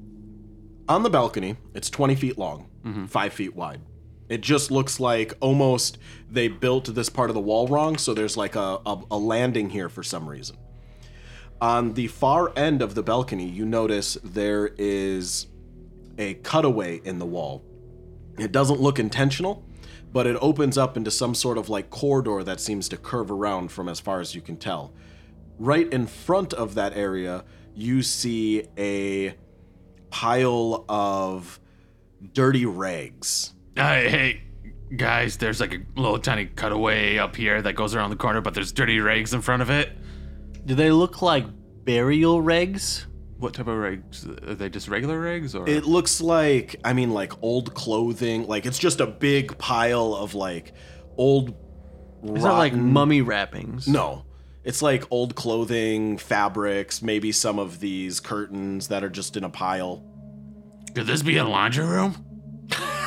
Speaker 4: on the balcony, it's 20 feet long, five feet wide. It just looks like almost they built this part of the wall wrong, so there's like a, a, a landing here for some reason. On the far end of the balcony, you notice there is a cutaway in the wall. It doesn't look intentional, but it opens up into some sort of like corridor that seems to curve around from as far as you can tell right in front of that area, you see a pile of dirty rags.
Speaker 2: Hey, Uh, hey, guys, there's like a little tiny cutaway up here that goes around the corner, but there's dirty rags in front of it.
Speaker 3: Do they look like burial regs?
Speaker 2: What type of rags? Are they just regular rags or?
Speaker 4: It looks like, I mean, like old clothing. Like it's just a big pile of like old.
Speaker 3: Is that like mummy wrappings?
Speaker 4: No. It's like old clothing, fabrics, maybe some of these curtains that are just in a pile.
Speaker 2: Could this be a laundry room?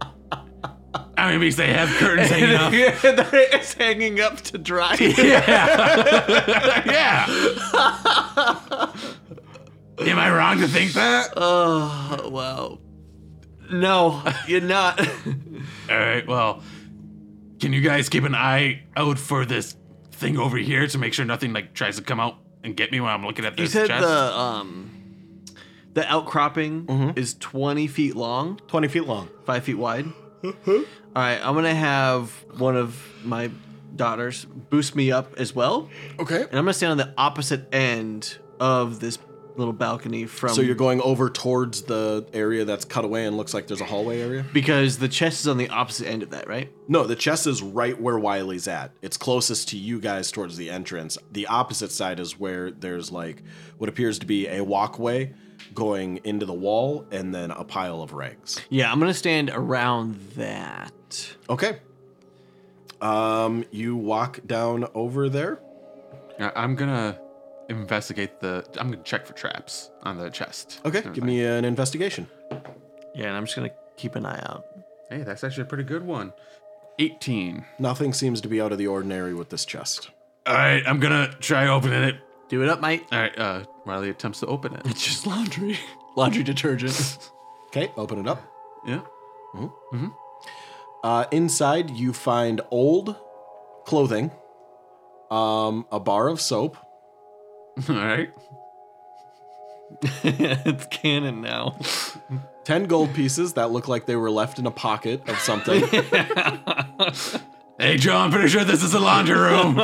Speaker 2: I mean, because they have curtains hanging up.
Speaker 3: it's hanging up to dry.
Speaker 2: Yeah. Am I wrong to think that?
Speaker 3: oh wow. No, you're not.
Speaker 2: All right. Well, can you guys keep an eye out for this thing over here to make sure nothing like tries to come out and get me when I'm looking at
Speaker 3: you
Speaker 2: this
Speaker 3: said
Speaker 2: chest?
Speaker 3: the um, the outcropping
Speaker 4: Mm-hmm.
Speaker 3: is twenty feet long.
Speaker 4: 20 feet long.
Speaker 3: five feet wide. Uh-huh. All right, I'm gonna have one of my daughters boost me up as well,
Speaker 4: Okay.
Speaker 3: and I'm gonna stand on the opposite end of this little balcony from.
Speaker 4: So you're going over towards the area that's cut away and looks like there's a hallway area?
Speaker 3: because the chest is on the opposite end of that, right?
Speaker 4: No, the chest is right where Wiley's at. It's closest to you guys towards the entrance. The opposite side is where there's like what appears to be a walkway going into the wall and then a pile of rags.
Speaker 3: Yeah, I'm gonna stand around that.
Speaker 4: Okay. Um, you walk down over there.
Speaker 2: I- I'm gonna investigate the. I'm gonna check for traps on the chest.
Speaker 4: Okay, give me an investigation.
Speaker 3: Yeah, and I'm just gonna keep an eye out.
Speaker 2: Hey, that's actually a pretty good one. 18.
Speaker 4: Nothing seems to be out of the ordinary with this chest.
Speaker 2: All right, I'm gonna try opening it.
Speaker 3: Do it up, mate.
Speaker 2: All right, uh, Riley attempts to open it.
Speaker 3: It's just laundry, laundry detergent.
Speaker 4: Okay, open it up. Mm-hmm.
Speaker 2: Yeah.
Speaker 4: Uh, inside, you find old clothing, um, a bar of soap,
Speaker 2: All right.
Speaker 3: it's canon now.
Speaker 4: 10 gold pieces that look like they were left in a pocket of something.
Speaker 2: Hey, Joe, I'm pretty sure this is a laundry room.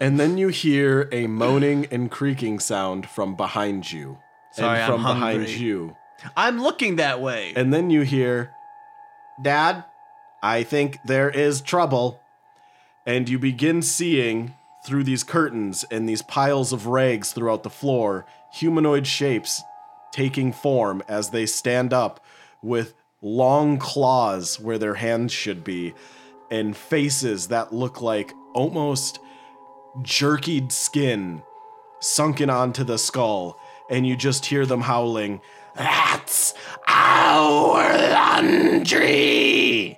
Speaker 4: and then you hear a moaning and creaking sound from behind you.
Speaker 3: Sorry, I'm
Speaker 4: and from behind
Speaker 3: hungry.
Speaker 4: you.
Speaker 3: I'm looking that way.
Speaker 4: And then you hear, Dad, I think there is trouble. And you begin seeing through these curtains and these piles of rags throughout the floor humanoid shapes taking form as they stand up with long claws where their hands should be and faces that look like almost jerkied skin sunken onto the skull, and you just hear them howling, That's our laundry!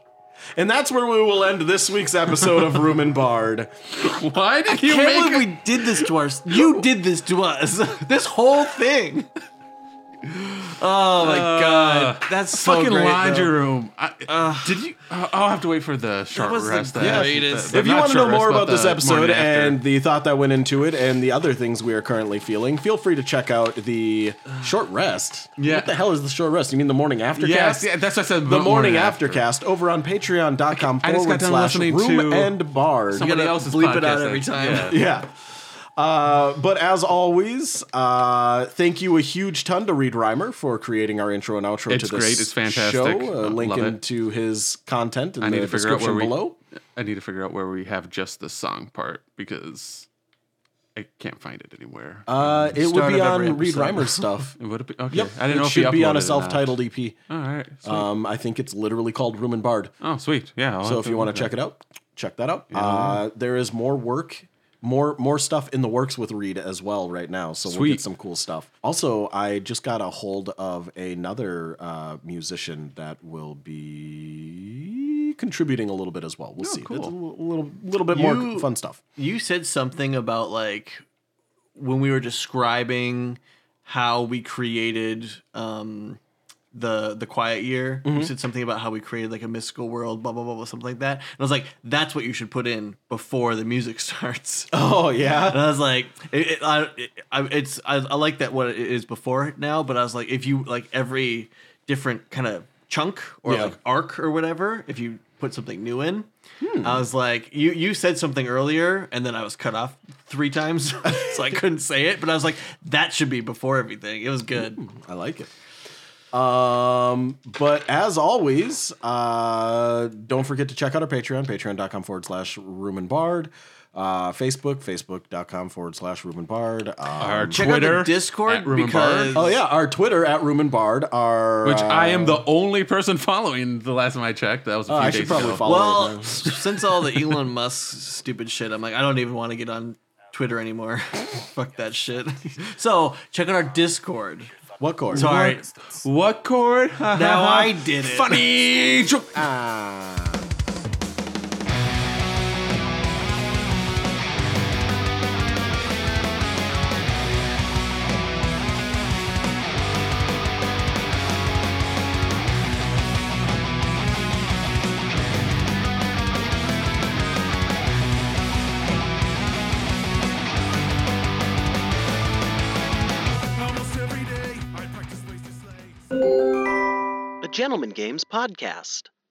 Speaker 4: And that's where we will end this week's episode of Room and Bard.
Speaker 5: Why did you
Speaker 3: Can't
Speaker 5: make
Speaker 3: believe we did this to us. You did this to us. This whole thing. Oh my
Speaker 2: Uh,
Speaker 3: god, that's so
Speaker 5: fucking
Speaker 3: great,
Speaker 5: laundry
Speaker 3: though.
Speaker 5: room. I, did you? I- I'll have to wait for the short
Speaker 3: was the
Speaker 5: rest.
Speaker 3: greatest.
Speaker 4: if you want to know more about this episode and the thought that went into it and the other things we are currently feeling, feel free to check out the short rest.
Speaker 5: Yeah.
Speaker 4: What the hell is the short rest? You mean the morning after
Speaker 5: yes,
Speaker 4: cast?
Speaker 5: yeah, that's what I said.
Speaker 4: The morning, aftercast over on patreon.com
Speaker 5: I just
Speaker 4: forward
Speaker 5: got done
Speaker 4: slash
Speaker 5: listening
Speaker 4: room
Speaker 5: to
Speaker 4: and bard.
Speaker 5: Somebody
Speaker 3: gotta
Speaker 5: else's
Speaker 3: bleep it
Speaker 5: podcast
Speaker 3: out
Speaker 5: then.
Speaker 3: every time.
Speaker 5: Yeah.
Speaker 4: Yeah. Uh, but as always, uh, thank you a huge ton to Reed Reimer for creating our intro and outro
Speaker 5: It's
Speaker 4: to this
Speaker 5: great, it's fantastic.
Speaker 4: show. Uh,
Speaker 5: Uh,
Speaker 4: link
Speaker 5: love it.
Speaker 4: into his content in
Speaker 5: I need
Speaker 4: the
Speaker 5: to figure out where
Speaker 4: description
Speaker 5: we.
Speaker 4: below.
Speaker 5: I need to figure out where we have just the song part because I can't find it anywhere.
Speaker 4: Uh, it would
Speaker 3: Start
Speaker 4: be
Speaker 3: of every
Speaker 4: on Reed
Speaker 3: episode.
Speaker 4: Reimer's stuff.
Speaker 5: Would it be- okay.
Speaker 4: Yep,
Speaker 5: I didn't
Speaker 4: it
Speaker 5: know if
Speaker 4: should
Speaker 5: you
Speaker 4: be on a
Speaker 5: uploaded it or not.
Speaker 4: self-titled EP.
Speaker 5: All right. Sweet.
Speaker 4: Um, I think it's literally called Room and Bard.
Speaker 5: oh, sweet. Yeah. I'll
Speaker 4: So
Speaker 5: have
Speaker 4: if
Speaker 5: to
Speaker 4: you want
Speaker 5: look
Speaker 4: to check it out, check that out. Uh, there is more work, more more stuff in the works with Reed as well right now. So we'll
Speaker 5: Sweet.
Speaker 4: get some cool stuff. Also, I just got a hold of another uh, musician that will be contributing a little bit as well. We'll see.
Speaker 5: cool.
Speaker 4: It's a little little, little bit more
Speaker 3: You-
Speaker 4: fun stuff.
Speaker 3: You said something about like when we were describing how we created um, the the Quiet Year. You said something about how we created like a mystical world, blah blah blah, blah something like that. And I was like, that's what you should put in before the music starts.
Speaker 4: Oh yeah.
Speaker 3: And I was like, it, it, I, it, I, it's I, I like that what it is before it now, but I was like, if you like every different kind of chunk or
Speaker 4: Yeah.
Speaker 3: like arc or whatever, if you put something new in, I was like, you you said something earlier, and then I was cut off three times, so I couldn't say it. But I was like, that should be before everything. It was good.
Speaker 4: I like it. Um, but as always, uh, don't forget to check out our Patreon, patreon.com forward slash room and bard. Uh, Facebook, facebook.com forward slash room and bard. Um,
Speaker 5: Our
Speaker 3: Check
Speaker 5: Twitter,
Speaker 3: out the Discord
Speaker 5: at Room and
Speaker 3: because
Speaker 4: oh, yeah, our Twitter at room and bard. Our,
Speaker 5: Which I
Speaker 4: uh,
Speaker 5: am
Speaker 4: Oh,
Speaker 5: the only person following. The last time I checked, that was a few
Speaker 4: I
Speaker 5: days
Speaker 4: should probably
Speaker 5: ago.
Speaker 4: follow it
Speaker 3: Well,
Speaker 4: now.
Speaker 3: since all the Elon Musk stupid shit, I'm like, I don't even want to get on Twitter anymore. Fuck that shit. So check out our Discord.
Speaker 4: What chord?
Speaker 3: Sorry,
Speaker 5: What chord?
Speaker 3: now I did it.
Speaker 5: funny joke.
Speaker 3: Ah.
Speaker 10: a Gentleman Games podcast.